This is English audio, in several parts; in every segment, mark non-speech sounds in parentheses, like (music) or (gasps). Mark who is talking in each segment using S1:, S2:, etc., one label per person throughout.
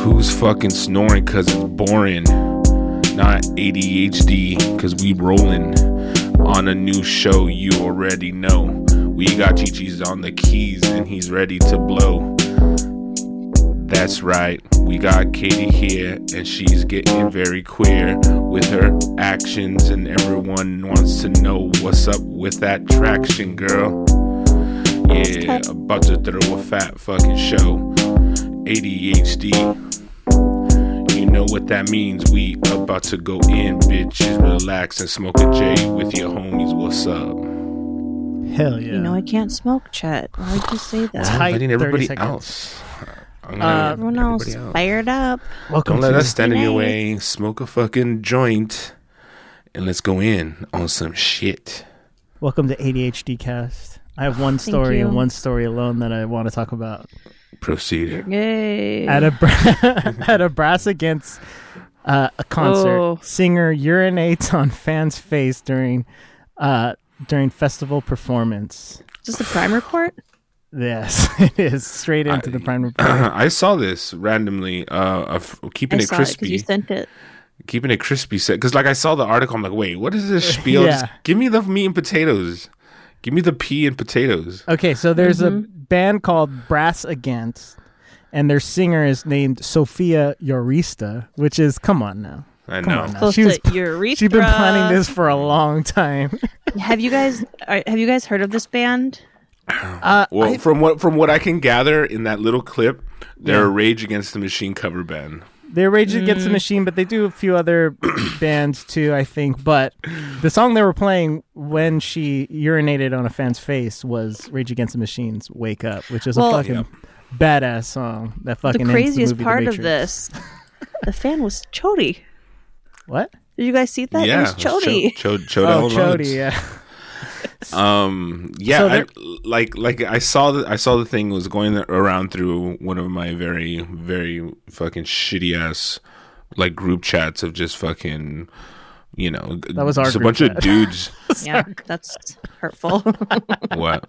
S1: who's fucking snoring cause it's boring. Not ADHD cause we rolling on a new show you already know. We got Gigi's on the keys and he's ready to blow. That's right, we got Katie here and she's getting very queer with her actions and everyone wants to know what's up with that traction, girl. Yeah, about to throw a fat fucking show. ADHD. You know what that means. We about to go in, bitches. Relax and smoke a J with your homies. What's up?
S2: Hell yeah.
S3: You know I can't smoke, Chet. Why'd you say that?
S2: Tight
S1: I need
S2: 30
S1: everybody
S2: seconds.
S1: else. I'm gonna-
S3: Everyone else
S1: everybody
S3: fired up.
S2: Welcome
S1: Don't
S2: to
S1: let
S2: the
S1: us stand in your
S3: Hey.
S1: way. Smoke a fucking joint. And let's go in on some shit.
S2: welcome to ADHD cast. I have one
S3: Thank
S2: story and
S3: you.
S2: one story alone that I want to talk about.
S1: Proceed.
S3: Yay.
S2: At
S3: (laughs)
S2: a bra- at a brass against uh, a concert,
S3: Oh.
S2: singer urinates on fan's face during uh, during festival performance.
S3: Is this the prime report?
S2: Yes, (laughs) it is straight into the prime
S1: (clears throat)
S2: report.
S1: I saw this randomly. Uh, of keeping
S3: I
S1: it
S3: saw it
S1: crispy.
S3: because you sent it.
S1: keeping it crispy set because like i saw the article i'm like wait what is this (laughs) spiel
S2: Yeah.
S1: Just give me the meat and potatoes give me the pea and potatoes
S2: Okay, so there's a
S3: Mm-hmm.
S2: band called Brass Against, and their singer is named Sophia Yorista, which is come on now.
S1: i
S2: Come on
S1: know
S2: now.
S3: Close
S2: She was-
S3: to urethra.
S2: She's been planning this for a long time. (laughs)
S3: Have you guys are, have you guys heard of this band?
S2: Uh,
S1: well from what from what i can gather in that little clip they're a rage against the machine cover band
S2: They're Rage Against the Machine, but they do a few
S1: (coughs)
S2: other bands too, I think. But the song they were playing when she urinated on a fan's face was Rage Against the Machine's "Wake Up," which is
S3: Well-
S2: a fucking badass song. That fucking
S3: The
S2: ends
S3: craziest
S2: movie, The
S3: part of
S2: Matrix.
S3: this, the fan was Chody.
S2: What?
S3: Did you guys see that? it was
S1: yeah
S3: Chody. (laughs)
S1: Cho- Cho-
S2: Oh,
S1: Chodell Lones.
S2: Chody, yeah. (laughs)
S1: um yeah
S2: So
S1: I,
S2: they're-
S1: like like i saw the i saw the thing was going around through one of my very very fucking shitty ass like group chats of just fucking you know that
S2: was our
S1: just a
S2: group
S1: bunch of
S2: chat.
S1: dudes
S3: yeah, that's hurtful.
S1: what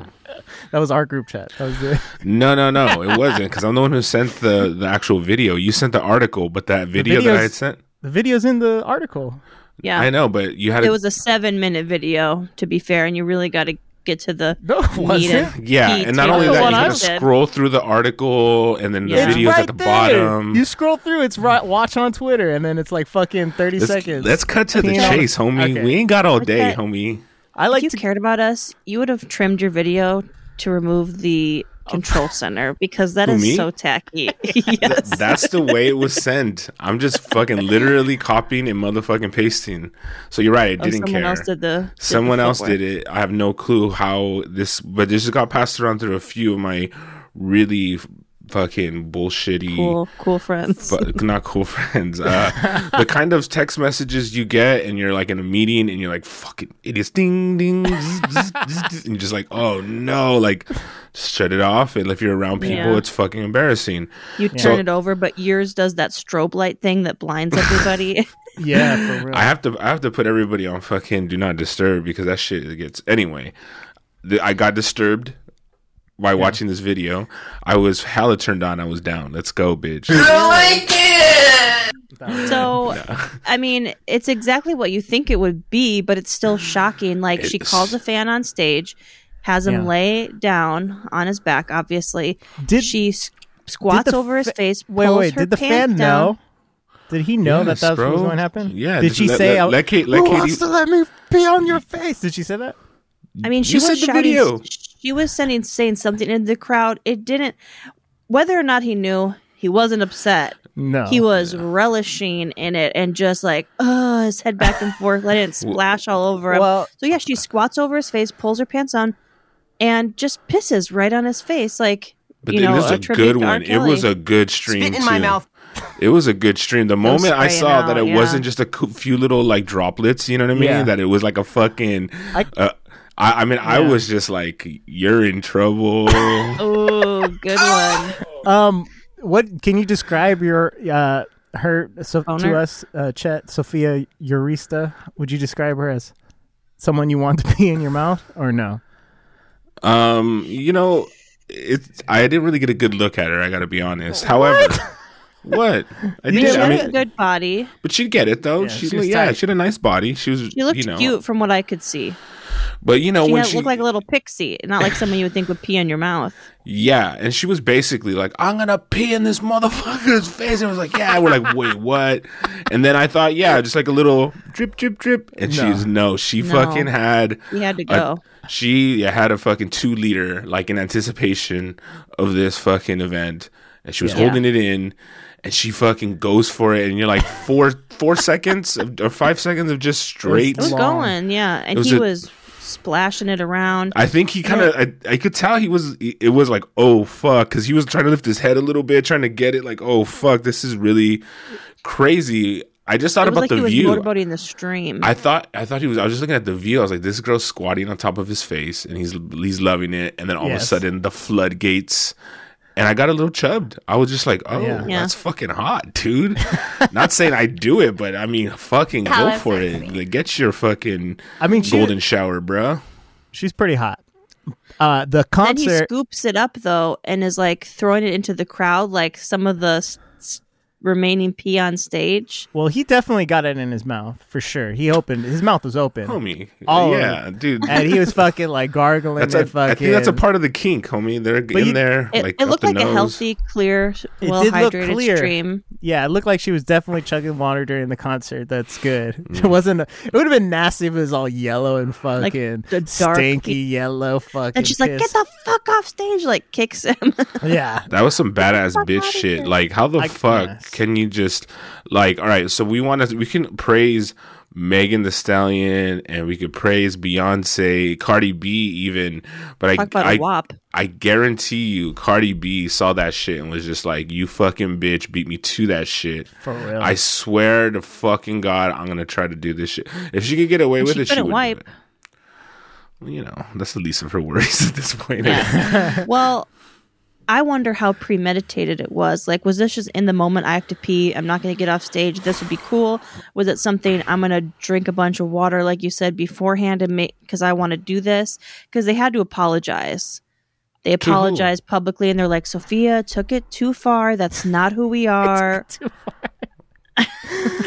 S2: That was our group chat. That was it.
S1: (laughs) No, no, no, it wasn't because I'm the one who sent the the actual video. You sent the article, but that video that I
S2: video's-
S1: had sent,
S2: The video's in the article.
S3: Yeah,
S1: I know, but you had
S3: it
S1: a,
S3: was a seven-minute video, to be fair, and you really got to get to the
S2: No, it
S3: meat
S2: wasn't.
S3: and
S1: yeah,
S3: heat
S1: and not
S3: to
S1: only
S3: it.
S2: That's
S1: that,
S2: what
S1: you
S2: I
S1: had to
S3: did.
S1: scroll through the article and then the
S3: Yeah. It's
S1: videos at the
S2: there.
S1: bottom.
S2: You scroll through, it's right. Watch on Twitter, and then it's like fucking 30
S1: let's,
S2: seconds.
S1: let's cut to the
S2: Peanut.
S1: chase, homie.
S2: Okay.
S1: We ain't got all
S3: Like
S1: day,
S3: that-
S1: homie.
S2: I
S3: if
S2: like
S3: you
S2: to.
S3: cared about us, you would have trimmed your video to remove the
S2: Oh.
S3: control center because that
S1: Who,
S3: is
S1: me?
S3: so tacky. (laughs) yes.
S1: That's the way it was sent. I'm just fucking literally copying and motherfucking pasting. So you're right. I
S3: Oh,
S1: didn't
S3: someone
S1: care.
S3: else did the. did the
S1: Someone else
S3: footwork.
S1: did it. I have no clue how this, but this just got passed around through a few of my really f- fucking bullshitty,
S3: Cool, cool friends.
S1: but not cool (laughs) friends. Uh, the kind of text messages you get, and you're like in a meeting, and you're like, "Fucking idiots!" Ding ding, (laughs) zzz, zzz, zzz, zzz, and you're just like, "Oh no!" Like, just shut it off. And if you're around people,
S3: Yeah.
S1: it's fucking embarrassing.
S3: you turn
S1: So-
S3: it over, but yours does that strobe light thing that blinds
S2: (laughs)
S3: everybody.
S2: yeah, for real.
S1: I have to I have to put everybody on fucking do not disturb because that shit gets anyway. The, I got disturbed by watching this video. I was hella turned on. I was down. Let's go, bitch.
S3: so, I mean, it's exactly what you think it would be, but it's still shocking. Like she
S1: It's-
S3: calls a fan on stage, has him
S2: Yeah.
S3: lay down on his back. Obviously,
S2: Did-
S3: she s- squats
S2: the
S3: over his
S2: fa-
S3: face?
S2: Wait,
S3: pulls
S2: wait.
S3: her
S2: Did the
S3: pants down.
S2: fan know? Did he know that
S1: Yes,
S2: that was what was
S1: bro.
S2: going to happen?
S1: Yeah,
S2: Did
S1: just
S2: she
S1: let-
S2: say,
S1: let-
S2: I-
S1: let Kate- let
S2: "Who
S1: Katie-
S2: wants to let me pee on your face?" Did she say that?
S3: I mean, she
S1: You
S3: was
S1: said the
S3: shouting,
S1: video.
S3: She was sending saying something in the crowd. It didn't. Whether or not he knew, he wasn't upset.
S2: No.
S3: He was relishing in it and just like, oh, his head back and forth, letting
S1: (laughs)
S3: it splash all over him.
S2: Well-
S3: so yeah, she squats over his face, pulls her pants on, and just pisses right on his face, like
S1: But
S3: you
S1: then
S3: know,
S1: this is a
S3: tribute
S1: good
S3: to R.
S1: one. It was
S3: Kelly.
S1: a good stream.
S4: Spit in my
S1: too.
S4: mouth.
S1: It was a good stream. The moment I
S3: spraying
S1: saw that
S3: out,
S1: it
S3: yeah.
S1: wasn't just a cou- few little like droplets, you know what I mean?
S2: Yeah.
S1: That it was like a fucking.
S2: I-
S1: uh, I, I mean, I was just like, "You're in trouble."
S3: oh
S1: (laughs)
S3: good one.
S2: Um, what can you describe your uh her so to
S3: Owner?
S2: us uh, Chet Sophia Eurista? Would you describe her as someone you want to pee in your mouth or no?
S1: Um, you know, it. I didn't really get a good look at her. I got to be honest. However, What? I
S3: She
S1: did. I
S3: had
S1: mean,
S3: a good body.
S1: but she'd get it though.
S2: Yeah,
S1: she,
S2: she was
S1: yeah,
S2: tight.
S1: she had a nice body. She was,
S3: She looked
S1: you know,
S3: cute from what I could see.
S1: But you know
S3: She
S1: when
S3: had,
S1: she
S3: looked like a little pixie, not like someone you would think would pee in your mouth.
S1: Yeah, and she was basically like, "I'm gonna pee in this motherfucker's face," and I was like, "Yeah." We're like, "Wait, what?" And then I thought, "Yeah, just like a little drip, drip, drip," and
S2: No.
S1: she's no, she
S3: No.
S1: fucking had.
S3: You
S1: (laughs)
S3: had to
S1: a-
S3: go.
S1: she had a fucking two liter, like in anticipation of this fucking event, and she was
S3: Yeah.
S1: holding it in, and she fucking goes for it, and you're like four four seconds of, or five seconds of just straight.
S3: It was
S2: long.
S3: going, yeah, and
S1: was
S3: he
S1: a-
S3: was splashing it around.
S1: I think he kind of I, I could tell he was it was like oh fuck because he was trying to lift his head a little bit trying to get it like oh fuck this is really crazy. I just thought
S3: it was
S1: about
S3: like
S1: the
S3: he was
S1: view.
S3: motorboating the stream.
S1: I thought I thought he was. I was just looking at the view. I was like, this girl's squatting on top of his face, and he's he's loving it. And then all of a
S2: Yes.
S1: sudden, the floodgates, and I got a little chubbed. I was just like, oh,
S2: Yeah.
S3: Yeah.
S1: that's fucking hot, dude. Not saying I do it, but I mean, fucking go
S4: Hello,
S1: for it. Like, get your fucking
S2: I mean, she,
S1: golden shower, bruh.
S2: she's pretty hot. Uh, the
S3: then he
S2: concert.
S3: scoops it up though, and is like throwing it into the crowd, like some of the s- s- remaining pee on stage.
S2: well, he definitely got it in his mouth for sure. He opened his mouth was open,
S1: Homie,
S2: All of
S1: yeah, dude.
S2: and he was fucking like gargling.
S1: That's
S2: and
S1: a, I think that's a
S2: fucking-
S1: part of the kink, homie. They're in
S2: you-
S1: there.
S3: It,
S1: like,
S3: it
S1: up
S3: looked
S1: the
S3: like a
S1: nose.
S3: healthy, clear,
S2: did
S3: well
S2: look
S3: hydrated
S2: clear.
S3: stream.
S2: Yeah, it looked like she was definitely chugging water during the concert. That's good.
S1: Mm.
S2: It wasn't. it would have been nasty if it was all yellow and fucking
S3: the dark-
S2: stinky yellow fucking.
S3: And she's like, "Get
S2: piss.
S3: the fuck off stage!" Like kicks him. (laughs)
S2: yeah."
S1: That was some badass
S3: fuck
S1: bitch
S3: outta
S1: shit.
S3: here.
S1: Like, how the
S2: I-
S1: fuck
S2: yes.
S1: can you just like? All right, so we want to. We can praise Megan the Stallion, and we could praise Beyonce, Cardi B, even. But
S3: Talk about
S1: I,
S3: a
S1: I,
S3: wop.
S1: I guarantee you, Cardi B saw that shit and was just like, "You fucking bitch, beat me to that shit."
S2: For real.
S1: I swear to fucking god, I'm gonna try to do this shit. If she could get away with
S3: She
S1: it, she
S3: couldn't
S1: would.
S3: wipe.
S1: You know, that's the least of her worries (laughs) at this point.
S3: (laughs) well, I wonder how premeditated it was. Like, was this just in the moment? I have to pee. I'm not going to get off stage. This would be cool. Was it something I'm going to drink a bunch of water, like you said beforehand, and make because I want to do this? Because they had to apologize. They
S1: who?
S3: apologized publicly, and they're like, "Sophia took it too far. That's not
S1: (laughs)
S3: who we are."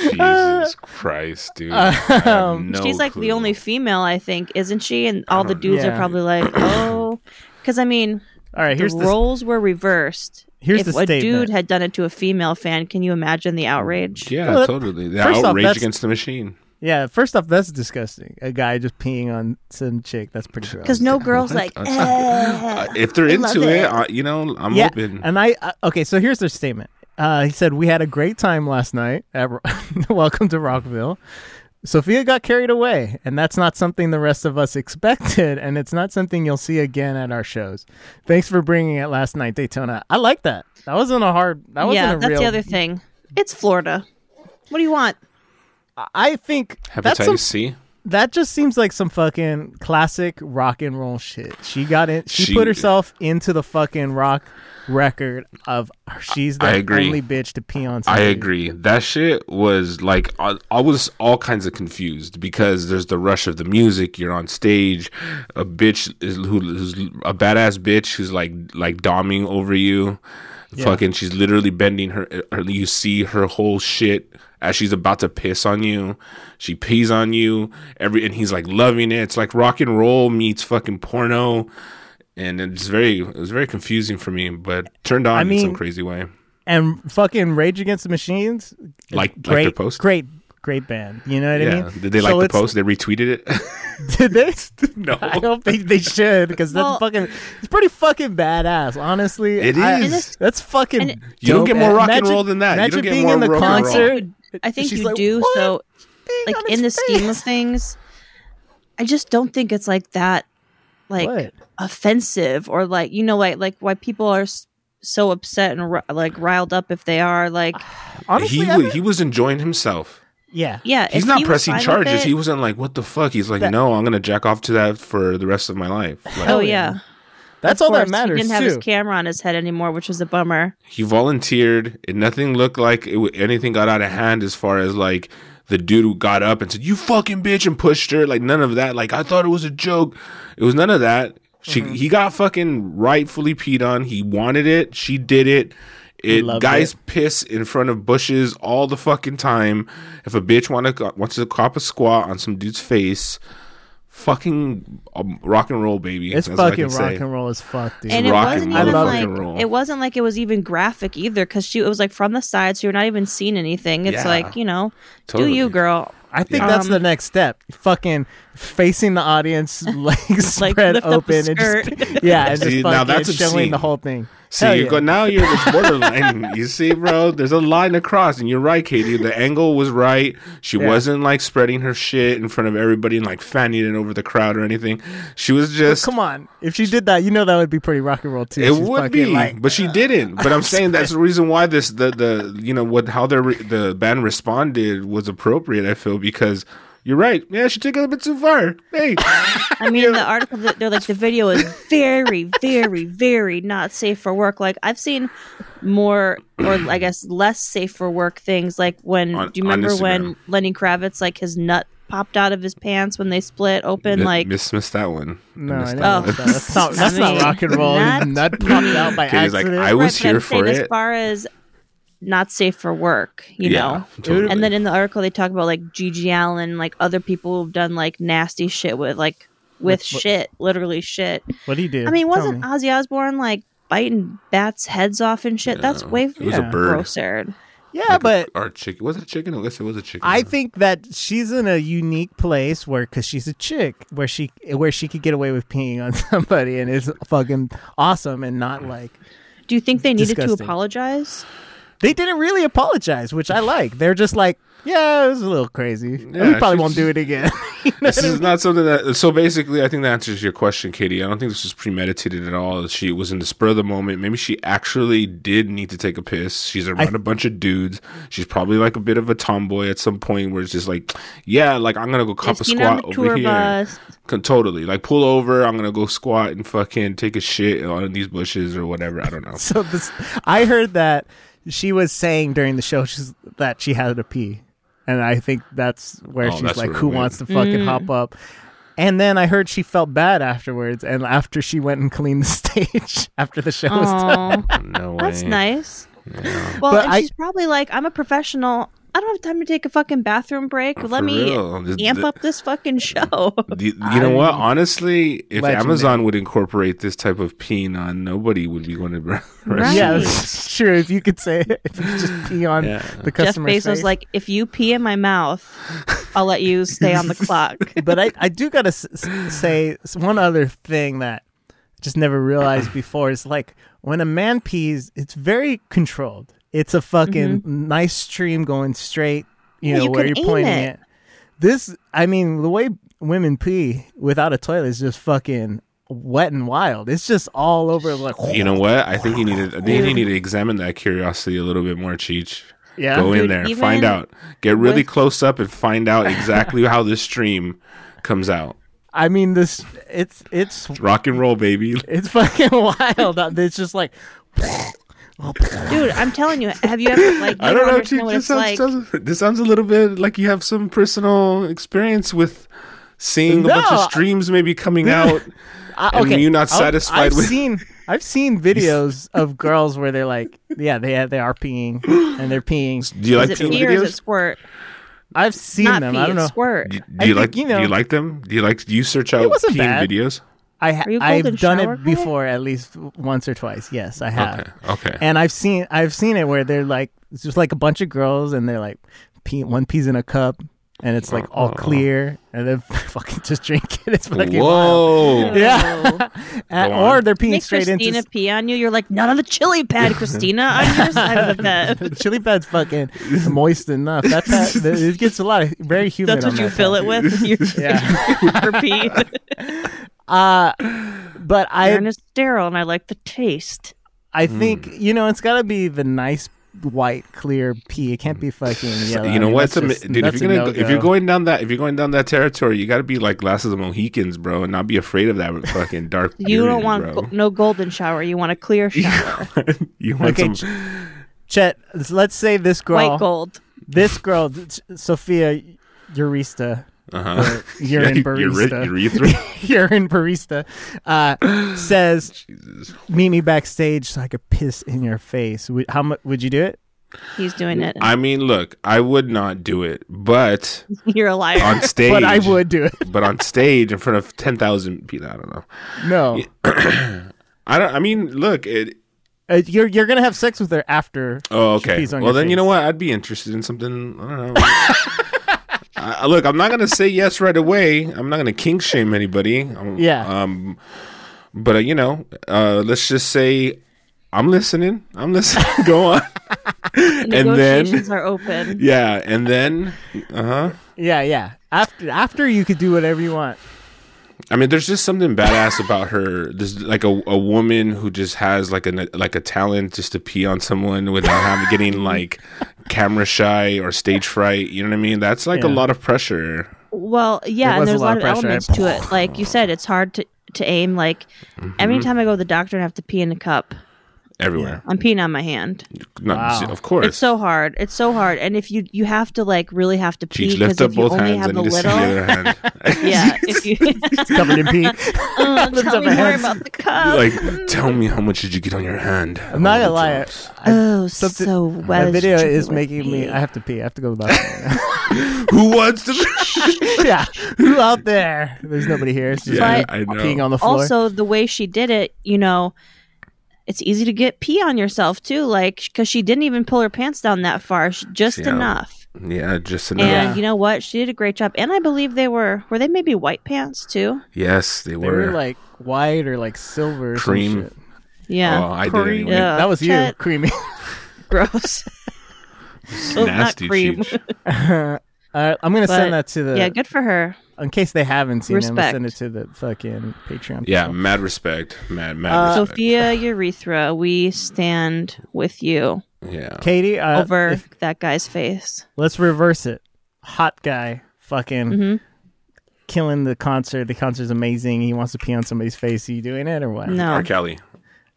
S1: Jesus Christ, dude. I have no
S3: Um, She's like the
S1: clue.
S3: only female, I think, isn't she? And all the
S1: don't
S3: dudes
S2: Yeah.
S3: are probably like, "Oh," because I mean,
S2: All right. Here's
S3: the,
S2: the
S3: roles were reversed.
S2: Here's
S3: if
S2: the
S3: a
S2: statement.
S3: dude had done it to a female fan, can you imagine the outrage?
S1: Yeah,
S2: Well,
S1: totally. The
S2: first off,
S1: outrage
S2: that's-
S1: against the machine.
S2: Yeah, first off, that's disgusting. A guy just peeing on some chick. That's pretty gross.
S3: Because no girl's like, "Eh."
S1: Uh, if they're
S3: love
S1: into it,
S3: it.
S1: I, you know, I'm
S2: yeah,
S1: open.
S2: and I uh, okay. So here's their statement. Uh, he said, "We had a great time last night. At Ro- (laughs) Welcome to Rockville." Sophia got carried away, and that's not something the rest of us expected, and it's not something you'll see again at our shows. Thanks for bringing it last night, Daytona. I like that. That wasn't a hard. That wasn't
S3: yeah,
S2: a
S3: that's
S2: real.
S3: the other thing. It's Florida. What do you want?
S2: I think that's
S1: Hepatitis
S2: some,
S1: C.
S2: that just seems like some fucking classic rock and roll shit. She got in. She,
S1: She-
S2: put herself into the fucking rock record of she's the
S1: I agree.
S2: only bitch to pee on.
S1: I
S2: somebody.
S1: agree. That shit was like I, I was all kinds of confused because there's the rush of the music. You're on stage, a bitch is who, who's a badass bitch who's like like doming over you. Fucking, she's literally bending her, her. You see her whole shit as she's about to piss on you. She pees on you. Every and he's like loving it. It's like rock and roll meets fucking porno. And it's very, it was very confusing for me, but turned on in some
S2: mean,
S1: crazy way.
S2: And fucking Rage Against the Machines.
S1: Like, like
S2: Great,
S1: their post.
S2: great, great band. You know what I mean?
S1: Did they
S2: So
S1: like the
S2: it's-
S1: post? They retweeted it.
S2: (laughs) Did they?
S1: (laughs) no.
S2: I hope they, they should because that's
S3: Well-
S2: fucking. It's pretty fucking badass, honestly.
S1: It
S2: I-
S1: is.
S2: that's fucking.
S3: And-
S1: You don't
S2: dope
S1: get more
S2: ass-
S1: rock and
S2: Imagine-
S1: roll than that. You don't
S2: Imagine
S1: get
S2: being
S1: more
S2: in the
S1: rock and roll.
S2: concert.
S3: I think
S2: She's
S3: you
S2: like,
S3: do.
S2: "What?
S3: So,
S2: being
S3: like
S2: on
S3: in the
S2: its
S3: scheme of
S2: face."
S3: things, I just don't think it's like that, like
S2: What?
S3: offensive or like you know, like like why people are s- so upset and ri- like riled up if they are like,
S2: honestly,
S1: he
S2: I
S1: wa-
S2: don't-
S1: he was enjoying himself.
S2: yeah.
S3: yeah,
S1: He's
S3: if
S1: not
S3: he was
S1: pressing
S3: fine with
S1: charges.
S3: it-
S1: He wasn't like, "What the fuck?" He's like,
S2: That-
S1: "No, I'm gonna jack off to that for the rest of my life."
S2: (laughs)
S1: Like,
S3: oh
S2: Hell yeah.
S3: yeah,
S2: That's
S3: Of
S2: all that
S3: course,
S2: matters
S3: He didn't have
S2: too.
S3: his camera on his head anymore, which was a bummer.
S1: He volunteered, and nothing looked like it, wa- anything got out of hand as far as like the dude who got up and said, "You fucking bitch," and pushed her. Like none of that. Like I thought it was a joke. It was none of
S2: Mm-hmm.
S1: that. She he got fucking rightfully peed on. He wanted it. She did it. It
S2: Loved
S1: guys
S2: it.
S1: piss in front of bushes all the fucking time. If a bitch wanna wants to cop a squat on some dude's face, fucking um, rock and roll, baby.
S2: It's
S1: That's what I
S2: fucking
S1: can
S2: rock
S1: say.
S2: and roll as fuck, dude.
S3: and it
S1: rock
S3: wasn't
S1: and
S3: even
S2: roll. I love
S1: rock and roll.
S3: like it wasn't like it was even graphic either because she it was like from the side, so you're not even seeing anything. It's
S1: Yeah.
S3: like you know, do
S1: Totally.
S3: you, girl?
S2: I think
S3: Yeah.
S2: that's
S3: Um,
S2: the next step. Fucking facing the audience, (laughs) legs
S3: Like,
S2: spread
S3: lift up the
S2: open, and just
S3: skirt.
S2: (laughs) yeah, and just
S1: See,
S2: fucking
S1: now that's a
S2: showing
S1: scene.
S2: the whole thing.
S1: See,
S2: Hell
S1: you
S2: yeah.
S1: go now. You're it's borderline. (laughs) you see, bro. There's a line across, and you're right, Katie. The angle was right. She
S2: Yeah.
S1: wasn't like spreading her shit in front of everybody and like fanning it over the crowd or anything. She was just.
S2: Come on, if she did that, you know that would be pretty rock and roll too.
S1: It
S2: She's
S1: would
S2: fucking
S1: be,
S2: like,
S1: but she didn't. But I'm saying that's
S2: (laughs)
S1: the reason why this the the you know what how the re- the band responded was appropriate. I feel because you're right. Yeah, she took it a bit too far.
S2: (laughs)
S1: Hey,
S3: I mean,
S1: (laughs)
S3: in the article that they're like the video is very, very, very not safe for work. Like I've seen more, or I guess less safe for work things. Like when
S1: On-
S3: do you
S1: on
S3: remember
S1: Instagram.
S3: when Lenny Kravitz like his nut popped out of his pants when they split open?
S1: Mi-
S3: like
S1: miss missed that one.
S2: no, I
S1: missed
S2: know.
S1: that
S3: Oh.
S1: one.
S2: that's not that's
S3: (laughs) I
S2: not
S3: mean,
S2: rock and roll.
S3: not-
S2: Nut popped out by
S1: Katie's like,
S2: accident.
S1: I was
S3: but
S1: here
S3: I'm
S1: for
S3: saying As
S1: it.
S3: far as not safe for work, you know.
S1: totally.
S3: And then in the article they talk about like Gigi Allen, like other people who've done like nasty shit with like with shit, literally shit.
S2: what do you do?
S3: I mean,
S2: Tell
S3: wasn't
S2: me.
S3: Ozzy Osbourne like biting bats' heads off and shit? That's way
S1: it was a
S2: Yeah.
S1: bird.
S3: grosser.
S2: yeah, but
S1: or chicken. Was it chicken? I guess it was a chicken.
S2: I think that she's in a unique place where, because she's a chick, where she where she could get away with peeing on (laughs) somebody and it's fucking awesome and not like
S3: Do you think they needed to
S2: Disgusting.
S3: apologize?
S2: they didn't really apologize, which I like. They're just like, yeah, it was a little crazy.
S1: Yeah,
S2: we probably
S1: she's-
S2: won't do it again. (laughs)
S1: this is not something that. So basically, I think that answers your question, Katie. I don't think this was premeditated at all. She was in the spur of the moment. Maybe she actually did need to take a piss. She's around a bunch of dudes. She's probably like a bit of a tomboy at some point, where it's just like, yeah, like I'm gonna go cop a
S3: Just, you know, on
S1: squat
S3: the
S1: over
S3: tour
S1: here. (laughs)
S3: bus.
S1: Con- Totally, like pull over. I'm gonna go squat and fucking take a shit on these bushes or whatever. I don't know.
S2: so this, I heard that she was saying during the show she's, that she had to pee, and I think that's where
S1: Oh,
S2: she's
S1: that's
S2: like,
S1: where it
S2: who
S1: went.
S2: wants to fucking hop up? And then I heard she felt bad afterwards, and after she went and cleaned the (laughs) stage after the show was done.
S3: Oh,
S1: No way.
S3: (laughs) that's nice. Well,
S2: But
S3: and
S2: I-
S3: she's probably like, I'm a professional. I don't have time to take a fucking bathroom break. Let
S1: For
S3: me
S1: real. This-
S3: amp
S1: th-
S3: up this fucking show. (laughs)
S1: The, you know what? Honestly, if
S2: Legendary.
S1: Amazon would incorporate this type of peeing on, nobody would be going to (laughs) right.
S3: Right.
S2: Yeah, that's true. If you could say it, if you just pee on
S1: Yeah.
S2: the
S3: Jeff
S2: customer.
S3: Bezos
S2: face.
S3: like, if you pee in my mouth, I'll let you stay on the
S2: (laughs)
S3: clock.
S2: but I, I do gotta s- s- say s- one other thing that I just never
S1: (coughs)
S2: realized before is like when a man pees, it's very controlled. It's a fucking nice stream going straight, you
S3: Yeah,
S2: know
S3: Mm-hmm. you
S2: where
S3: can
S2: you're
S3: aim
S2: pointing it.
S3: it.
S2: This, I mean, the way women pee without a toilet is just fucking wet and wild. It's just all over like
S1: You know what? I think you need to. I think you need to examine that curiosity a little bit more, Cheech.
S2: Yeah.
S1: Go in
S3: Dude,
S1: there,
S3: even
S1: find out, get really
S3: with-
S1: close up, and find out exactly how this stream comes out.
S2: I mean, this it's it's
S1: Rock and roll, baby.
S2: it's fucking (laughs) wild. It's just like
S3: Dude, I'm telling you, have you ever like? You
S1: I don't know,
S3: understand
S1: Cheech.
S3: what
S1: This
S3: it's
S1: sounds,
S3: like.
S1: doesn't- this sounds a little bit like you have some personal experience with seeing a bunch
S2: No.
S1: of streams maybe
S2: (laughs)
S1: coming out.
S2: I,
S1: And
S2: okay,
S1: you're not
S2: I'll-
S1: satisfied
S2: I've
S1: with-
S2: seen
S1: (laughs)
S2: I've seen videos of girls where they're like, yeah, they they
S1: (gasps)
S2: are peeing and they're peeing.
S1: Do you
S3: Is
S1: like
S3: it
S1: teen
S3: pee or is
S1: videos?
S3: it squirt?
S2: I've seen
S3: Not
S2: them.
S3: pee,
S2: I don't know.
S3: it's squirt.
S1: Do, do
S2: I
S1: you
S2: think,
S1: like
S2: you know-
S1: do you like them? Do you like do you search out
S2: wasn't
S1: peeing
S2: bad.
S1: videos?
S2: I ha-
S3: Are you cold
S2: I've
S3: and
S2: done
S3: shower
S2: it
S3: guy?
S2: before at least once or twice. Yes, I have.
S1: Okay. Okay.
S2: And I've seen I've seen it where they're like it's just like a bunch of girls and they're like pee, one pee's in a cup and it's like all clear and then (laughs) fucking just drink it. It's fucking wild.
S1: Uh-huh. Whoa.
S2: (laughs) Yeah. And-
S1: Go on.
S2: or they're peeing
S3: Make
S2: straight
S3: Christina
S2: into
S3: pee on you. You're like, none of the chili pad, Christina, on
S2: (laughs)
S3: your side of the bed.
S2: Chili pad's fucking moist enough. That pad, th- it gets a lot of very humid.
S3: That's
S2: on
S3: what you
S2: that
S3: fill
S2: pad.
S3: it with. You're (laughs)
S2: (laughs) Yeah.
S3: for pee. (laughs)
S2: Uh, But
S3: Mine
S2: I,
S3: is sterile, and I like the taste.
S2: I
S1: Hmm.
S2: think you know it's got to be the nice white clear pee. It can't be fucking yellow.
S1: You know
S2: I mean,
S1: what, It's
S2: that's
S1: a mi-
S2: just-
S1: dude? If
S2: that's
S1: you're
S2: a
S1: gonna go- if you're
S2: no-go.
S1: going down that if you're going down that territory, you got to be like Last of the Mohicans, bro, and not be afraid of that fucking dark.
S3: (laughs) You
S1: urine,
S3: don't want
S1: bro.
S3: go- no golden shower. You want a
S2: (laughs)
S3: clear shower,
S1: you want
S2: Okay,
S1: some
S2: Chet, let's say this girl,
S3: white gold.
S2: this girl, Sophia Eurista, (laughs)
S1: Uh-huh. (laughs)
S2: urine barista.
S1: Urethra.
S2: (laughs) urine barista
S1: (gasps)
S2: uh, says,
S1: Jesus.
S2: "Meet me backstage so I could piss in your face." Would, how mu- would you do it?
S3: He's doing it. (laughs)
S1: I mean, look, I would not do it, but
S3: You're a liar.
S1: on stage,
S2: (laughs) But I would do it. (laughs)
S1: But on stage in front of ten thousand people, I don't know.
S2: No,
S1: I don't. I mean, look, it.
S2: uh, you're you're gonna have sex with her after.
S1: Oh,
S2: She
S1: okay.
S2: pees on
S1: well,
S2: your
S1: then you
S2: face.
S1: know what? I'd be interested in something. I don't know. (laughs) I, I- look, I'm not gonna say yes right away. I'm not gonna kink shame anybody. Um,
S2: Yeah.
S1: Um, but uh, you know, uh, let's just say I'm listening. I'm listening. (laughs) Go on. and then-
S3: Negotiations are open.
S1: (laughs) yeah, and then, uh huh.
S2: Yeah, yeah. After after you could do whatever you want.
S1: I mean, there's just something badass about her. There's like a, a woman who just has like a like a talent just to pee on someone without having getting
S2: (laughs)
S1: like camera shy or stage fright. You know what I mean? That's like a
S2: Yeah.
S1: lot of pressure.
S3: Well, yeah,
S2: There
S3: and
S2: was
S3: there's a lot, of,
S2: pressure.
S3: elements to it. Like you said, it's hard to, to aim. Like
S1: Mm-hmm.
S3: every time I go to the doctor and have to pee in a cup,
S1: everywhere.
S3: I'm peeing on my hand.
S1: No,
S2: Wow.
S1: of course.
S3: It's so hard. It's so hard. And if you you have to like really have to pee
S1: Cheech, lift
S3: because if
S1: up
S3: you
S1: both hands.
S3: only
S1: I
S3: have the
S1: need to see the
S3: little,
S1: other hand.
S3: (laughs)
S1: (laughs)
S3: yeah. If you (laughs)
S2: It's covered in pee.
S3: Oh,
S2: Lift
S3: tell
S2: up
S3: me
S2: my
S3: more
S2: hands.
S3: about the cup.
S1: like, tell me how much did you get on your hand?
S2: I'm not gonna lie.
S3: oh,
S2: something-
S3: so well.
S2: that video
S3: struck
S2: is
S3: with
S2: making me. I have to pee. I have to go to the bathroom.
S1: Who wants
S2: (laughs)
S1: to?
S3: (laughs)
S2: yeah, who out there? There's nobody here. It's
S1: (laughs)
S2: just
S1: yeah,
S3: But
S1: I know.
S2: peeing on the floor.
S3: also the way she did it you know it's easy to get pee on yourself too like because she didn't even pull her pants down that far sh- just
S1: Yeah.
S3: enough
S1: yeah, just
S3: and
S1: enough.
S3: you know what she did a great job and i believe they were were they maybe white pants too
S1: Yes, they
S2: they
S1: were.
S2: were like white or like silver or some
S1: Cream.
S2: shit.
S3: yeah
S1: Oh, I did anyway.
S3: Yeah.
S2: that was you,
S3: Chet.
S2: creamy. (laughs)
S3: (laughs) gross Oh, not
S1: nasty
S3: cream.
S1: Cheech.
S2: (laughs) uh, I'm gonna
S3: But,
S2: send that to
S3: (laughs)
S2: the
S3: yeah good for her
S2: in case they haven't seen it. I'm gonna
S3: Respect.
S2: send it to the fucking Patreon.
S1: Yeah,
S2: people.
S1: mad respect. Mad, mad
S2: Uh,
S1: respect.
S3: sophia urethra we stand with you
S1: Yeah.
S2: Katie, uh,
S3: over
S2: if-
S3: that guy's face
S2: let's reverse it. Hot guy, fucking
S3: Mhm.
S2: killing the concert. The concert's amazing. He wants to pee on somebody's face. Are you doing it or what?
S3: no
S1: Mm, R. Kelly.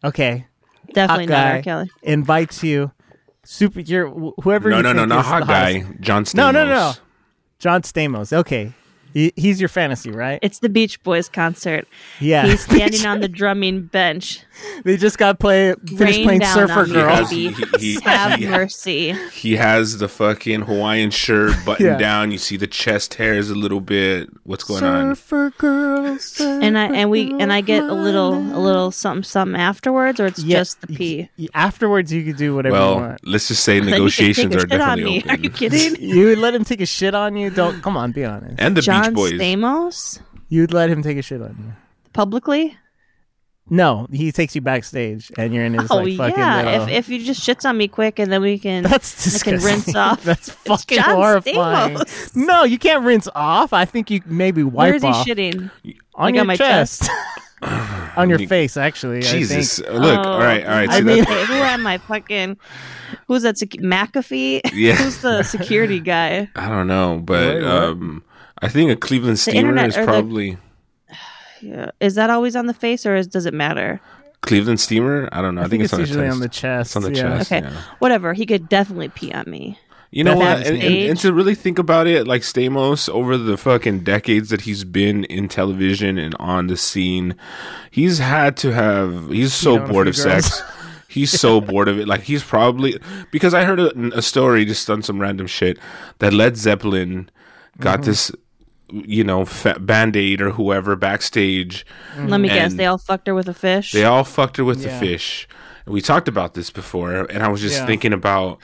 S2: Okay,
S3: definitely
S2: Hot
S3: not
S2: guy.
S3: R. kelly
S2: invites you. Super, you're wh- whoever.
S1: No,
S2: you
S1: no, no,
S2: think
S1: not
S2: is the
S1: hot guy.
S2: hottest-
S1: John Stamos.
S2: No, no, no. John Stamos. Okay, he, he's your fantasy, right?
S3: it's the beach boys concert
S2: yeah. (laughs)
S3: he's standing on the drumming bench
S2: they just got play finished
S3: Rain
S2: playing
S3: down
S2: Surfer
S3: on me,
S2: Girl.
S1: Yes.
S3: baby.
S1: He- he- he-
S3: Have
S1: he-
S3: mercy.
S1: He has the fucking Hawaiian shirt buttoned
S2: Yeah.
S1: down. You see the chest hairs a little bit. What's going on?
S2: Surfer Girl. Surfer
S3: And I and we and I get a little a little something something afterwards, or it's
S2: Yeah,
S3: just the pee.
S2: y- Afterwards, you could do whatever you
S1: Well,
S2: want.
S1: let's just say
S3: Like, (laughs) you can take
S1: negotiations
S3: a
S1: are
S3: shit on
S1: definitely
S3: me. Are you
S1: open.
S3: kidding?
S2: You would let him take a shit on you. Don't come on, be honest.
S1: (laughs) And the Beach
S3: John
S1: Boys.
S3: Stamos
S2: You'd let him take a shit on you.
S3: publicly?
S2: No, he takes you backstage, and you're in his
S3: oh
S2: like fucking.
S3: yeah.
S2: uh,
S3: If if you just shits on me quick, and then we can.
S2: (laughs) that's
S3: can
S2: disgusting.
S3: rinse off.
S2: (laughs) That's fucking
S3: John
S2: horrifying.
S3: Stamos.
S2: No, you can't rinse off. I think you maybe wipe
S3: where is he
S2: off
S3: shitting?
S2: on
S3: Like
S2: your
S3: on my
S2: chest, (laughs) on your
S1: You-
S2: face. Actually,
S1: Jesus. Look,
S3: Oh,
S1: all right, all right.
S2: I
S1: See,
S2: mean-
S1: that,
S3: okay, who am I? Fucking who's that? Sec- McAfee?
S1: yeah,
S3: (laughs) who's the security guy?
S1: I don't know, but
S2: Wait, what?
S1: um, I think a Cleveland steamer
S3: internet
S1: is
S3: or the-
S1: probably
S3: Yeah. Is that always on the face, or is, does it matter?
S1: Cleveland steamer. I don't know. I,
S2: I think, it's
S1: on the
S2: usually
S1: chest.
S2: on the chest.
S1: It's on the
S2: yeah.
S1: chest.
S3: Okay,
S1: Yeah.
S3: whatever. He could definitely pee on me.
S1: You know
S2: Beth
S1: what?
S2: Adam's
S1: And, and,
S3: age.
S1: and to really think about it, like Stamos, over the fucking decades that he's been in television and on the scene, he's had to have. He's so
S2: on a
S1: bored
S2: few
S1: of sex.
S2: (laughs)
S1: He's so bored of it. Like he's probably because I heard a, a story just on some random shit that Led Zeppelin
S2: Mm-hmm.
S1: got this, you know, fa- band aid or whoever backstage.
S3: Let me guess.
S1: Mm-hmm. And-
S3: They all fucked her with a fish.
S1: They all fucked her with
S2: Yeah.
S1: the fish. And we talked about this before, and I was just
S2: Yeah.
S1: thinking about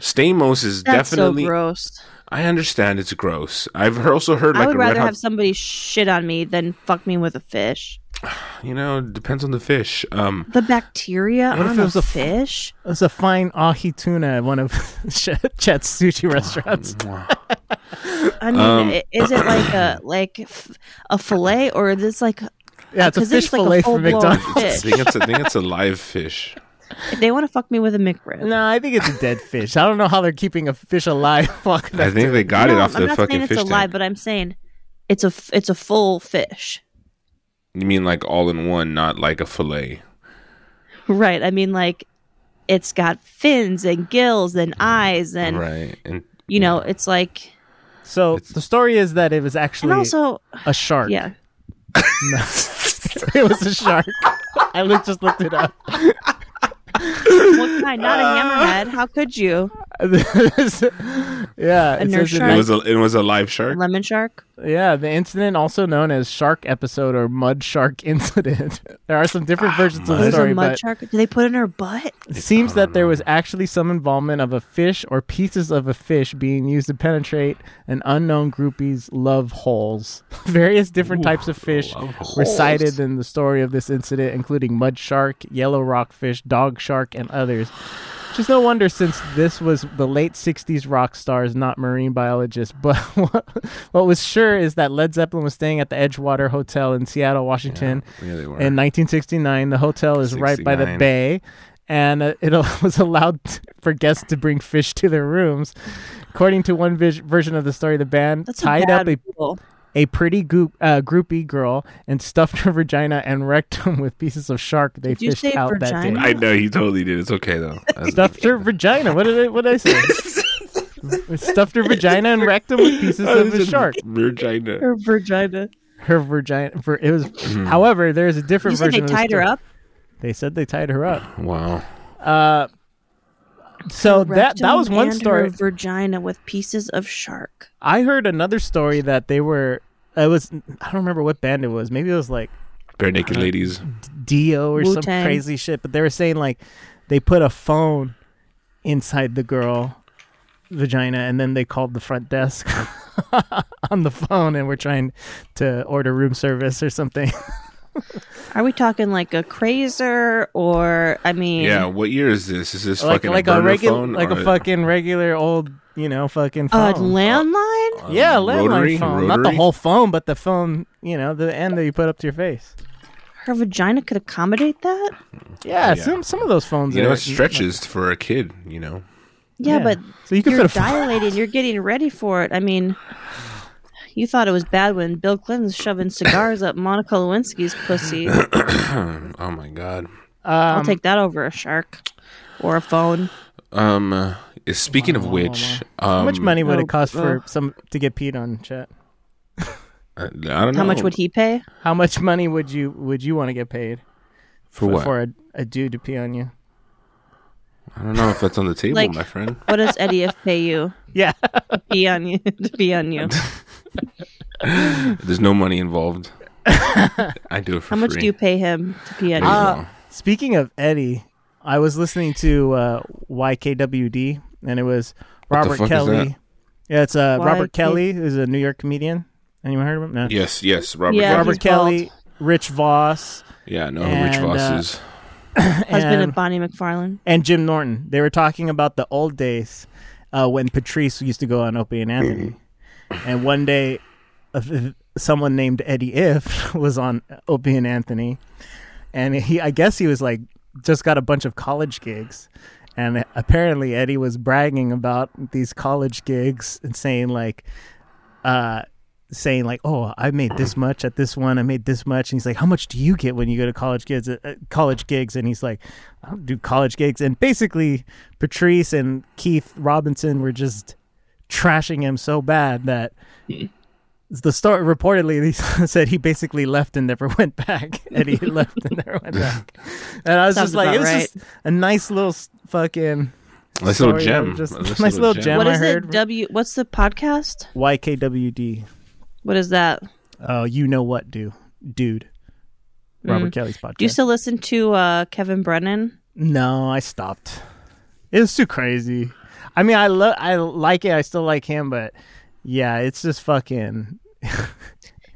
S1: Stamos is
S3: That's
S1: definitely.
S3: so gross.
S1: I understand it's gross. I've he- also heard like
S3: I would
S1: a red
S3: rather
S1: hot.
S3: have somebody shit on me than fuck me with a fish.
S1: You know, it depends on the fish. Um,
S3: The bacteria
S2: What if
S3: on
S2: it
S3: a
S2: was a f-
S3: fish.
S2: It was a fine ahi tuna at one of (laughs) Chet- Chet's sushi restaurants.
S3: I mean,
S1: Um,
S3: i- is it
S1: (clears throat)
S3: like a like f- a fillet or is this like
S2: Yeah, it's a
S3: 'Cause
S2: fish
S3: it's like (laughs) a
S2: fillet from
S3: full-blown-
S2: McDonald's.
S1: I think it's. I think it's a live fish.
S3: if they want to fuck me with a McRib?
S2: (laughs) No, I think it's a dead fish. I don't know how they're keeping a fish alive. (laughs) Fuck
S1: I
S2: that.
S1: think they got
S3: No,
S1: it off
S3: I'm
S1: the
S3: not saying
S1: fucking
S3: it's
S1: fish
S3: alive,
S1: tank.
S3: but I'm saying it's a f- it's a full fish. (laughs)
S1: You mean like all in one, not like a fillet?
S3: Right. I mean, like it's got fins and gills and eyes and
S1: right. And
S3: you know, it's like
S2: So the story is that it was
S3: And
S2: actually
S3: also,
S2: a shark.
S3: yeah.
S2: No. (laughs) it was a shark. I looked, just looked it up. (laughs)
S3: What
S1: (laughs)
S3: kind? Not a hammerhead. How could you?
S2: yeah,
S3: nurse
S2: it says in
S1: It
S3: shark?
S1: was a it was a live shark.
S3: Lemon shark?
S2: Yeah, the incident, also known as shark episode or mud shark (laughs) incident. there are some different versions of the
S3: There's
S2: story,
S3: a Ah, mud
S2: Uh, but
S3: shark. Did they put it in her butt?
S2: it seems that there was actually some involvement of a fish or pieces of a fish being used to penetrate an unknown groupie's love holes. (laughs) Various different types of fish
S1: love
S2: were
S1: holes.
S2: cited in the story of this incident, including mud shark, yellow rockfish, dog shark, and others. Just no wonder since this was the late 60s rock stars, not marine biologists. (laughs) But what, what was sure is that Led Zeppelin was staying at the Edgewater Hotel in Seattle, Washington
S1: Yeah, they were.
S2: in 1969. The hotel is right by the
S1: 69.
S2: bay. And uh, it (laughs) was allowed t- for guests to bring fish to their rooms. According to one vis- version of the story, the band
S3: That's
S2: tied
S3: a
S2: up
S3: bad
S2: a
S3: rule.
S2: a pretty goop, uh, groupie girl and stuffed her vagina and rectum with pieces of shark they
S3: Did you
S2: fished
S3: say
S2: out
S3: vagina?
S2: that day.
S1: I know he totally did. It's okay
S2: (laughs)
S1: though. That's-
S2: Stuffed her vagina. What did I, what did I say? stuffed her vagina and rectum with pieces of
S1: (laughs)
S2: a shark.
S1: Virginia.
S3: Her vagina.
S2: Her vagina. For, it was. However, there is a different
S3: You said
S2: version.
S3: they
S2: of the
S3: tied her
S2: story.
S3: up?
S2: They said they tied her up.
S1: Wow.
S2: So that that
S3: Rectum
S2: was one
S3: and
S2: story.
S3: Her vagina with pieces of shark.
S2: I heard another story that they were. It was. I don't remember what band it was. Maybe it was like
S1: Bare
S2: Uh,
S1: naked ladies.
S2: Dio or some
S3: Wu-Tang.
S2: crazy shit, but they were saying like they put a phone inside the girl vagina and then they called the front desk (laughs) on the phone and were trying to order room service or something. (laughs)
S3: Are we talking like a crazer or I mean
S1: Yeah. What year is this? Is this
S2: like
S1: fucking
S2: like
S1: a,
S2: a,
S1: burner
S2: regular
S1: phone
S2: like a
S1: or
S2: fucking regular old, you know, fucking
S3: a
S2: phone.
S3: landline?
S2: yeah,
S1: um,
S2: landline
S1: rotary?
S2: phone. Not the
S1: Rotary?
S2: whole phone, but the phone, you know, the end that you put up to your face.
S3: Her vagina could accommodate that?
S1: Yeah.
S2: Yeah, some some of those phones
S1: You
S2: are
S1: know, it stretches for a kid. You know.
S3: Yeah, but
S2: so you can
S3: you're
S2: fit a phone.
S3: dilating, you're getting ready for it. I mean you thought it was bad when Bill Clinton's shoving cigars up Monica Lewinsky's pussy.
S1: Oh my god.
S3: I'll take that over a shark or a phone.
S1: Um. uh, Speaking of which,
S2: How
S1: um,
S2: much money would
S3: no,
S2: it cost for some to get peed on, chat?
S1: I I don't know.
S3: How much would he pay?
S2: How much (laughs) money would you would you want to get paid
S1: for what?
S2: for a, a dude to pee on you? (laughs)
S1: I don't know if that's on the table,
S3: Like-
S1: my friend.
S3: What does Eddie F
S1: (laughs)
S3: pay you?
S2: Yeah,
S3: Pee on you (laughs) to be on you.
S1: There's no money involved.
S3: (laughs)
S1: I do it for
S3: How much
S1: free.
S3: do you pay him to pee on
S1: There
S3: you?
S1: you
S2: Uh,
S1: go.
S2: Speaking of Eddie, I was listening to uh, YKWd, and it was Robert
S1: fuck is
S2: Kelly.
S1: that?
S2: Yeah, it's uh, Robert
S3: YK
S2: Kelly, who's a New York comedian. Anyone heard of him? No.
S1: Yes, yes, Robert.
S3: Yeah,
S1: Yeah,
S2: Robert
S3: he's
S2: Kelly, Rich Voss,
S1: yeah I know who
S2: And,
S1: Rich Voss
S2: uh,
S1: is.
S3: Husband
S2: and,
S3: of Bonnie McFarlane.
S2: and Jim Norton. They were talking about the old days uh, when Patrice used to go on Opie and Anthony, and one day, uh, someone named Eddie If (laughs) was on Opie and Anthony, and he, I guess, he was like just got a bunch of college gigs, and apparently Eddie was bragging about these college gigs and saying like, uh. Saying like, "Oh, I made this much at this one. I made this much," and he's like, "How much do you get when you go to college gigs?" Uh, uh, college gigs, and he's like, "I don't do college gigs." And basically, Patrice and Keith Robinson were just trashing him so bad that
S3: Hmm.
S2: the story reportedly he (laughs) said he basically left and never (laughs) went back
S3: (laughs)
S2: and he left and never went back and i was
S3: Sounds
S2: just like
S3: about
S2: it was
S3: right.
S2: just a nice little s- fucking
S1: Nice
S2: Sorry,
S1: little gem.
S2: I'm just-
S3: (laughs)
S2: nice little gem.
S3: What
S2: I
S3: is it?
S2: heard-
S3: W. What's the podcast?
S2: ykwd
S3: What is that? Do
S2: oh you know what do dude robert kelly's podcast
S3: Mm. you still listen to uh, Kevin Brennan?
S2: no i stopped it was too crazy i mean i love i like it i still like him but yeah it's just
S3: (laughs)
S2: fucking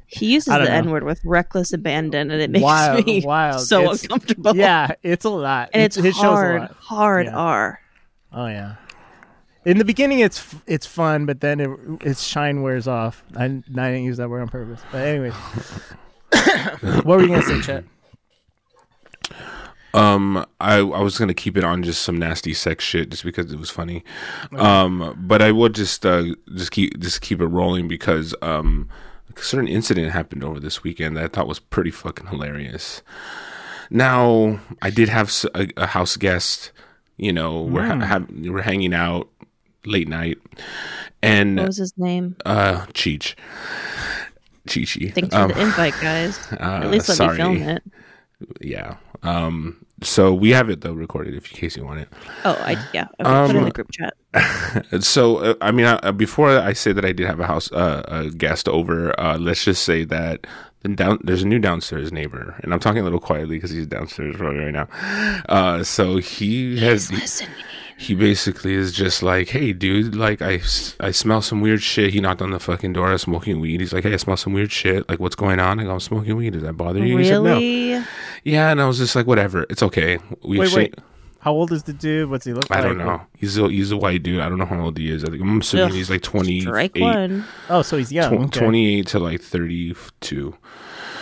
S3: He uses
S2: I don't
S3: the
S2: know.
S3: N word with reckless abandon, and it makes
S2: Wild-
S3: me
S2: wild.
S3: so
S2: It's-
S3: uncomfortable.
S2: yeah it's a lot
S3: and it's,
S2: his
S3: hard,
S2: show's a lot
S3: hard
S2: Yeah.
S3: R.
S2: Oh yeah. In the beginning, it's f- it's fun, but then it, its shine wears off. I, I didn't use that word on purpose,
S3: (coughs)
S2: but anyways. what were you gonna say, Chet?
S1: Um, I I was gonna keep it on just some nasty sex shit just because it was funny. Um, but I will just uh just keep just keep it rolling because um a certain incident happened over this weekend that I thought was pretty fucking hilarious. Now I did have s- a, a house guest. You know, we're ha- ha- we're hanging out late night, and
S3: What was his name?
S1: uh Cheech. Chichi.
S3: Thanks
S1: Um,
S3: for the invite, guys.
S1: uh,
S3: At least let
S1: sorry.
S3: me film it.
S1: Yeah. Um so we have it though recorded if in case you want it.
S3: Oh, I yeah. Okay,
S1: Um,
S3: put it in the group chat.
S1: So, uh, I mean, uh, before I say that I did have a house uh, a guest over, uh, let's just say that the down, there's a new downstairs neighbor, and I'm talking a little quietly because he's downstairs right right now. Uh, so he has
S3: Listen,
S1: he basically is just like, hey, dude, like I s- I smell some weird shit. He knocked on the fucking door. I was smoking weed. He's like, hey, I smell some weird shit. Like, what's going on? I go, I'm smoking weed. Does that bother you? He said, no.
S3: really?
S1: Yeah, and I was just like, whatever, it's okay. We
S2: Wait,
S1: exchan-
S2: wait. How old is the dude? What's he look
S1: I
S2: like?
S1: don't know. He's a he's a white dude. I don't know how old he is. I think I'm assuming
S3: Ugh,
S1: he's like 28,
S3: Strike one.
S2: Oh, so he's young.
S1: tw-
S2: okay.
S1: 28 to like 32,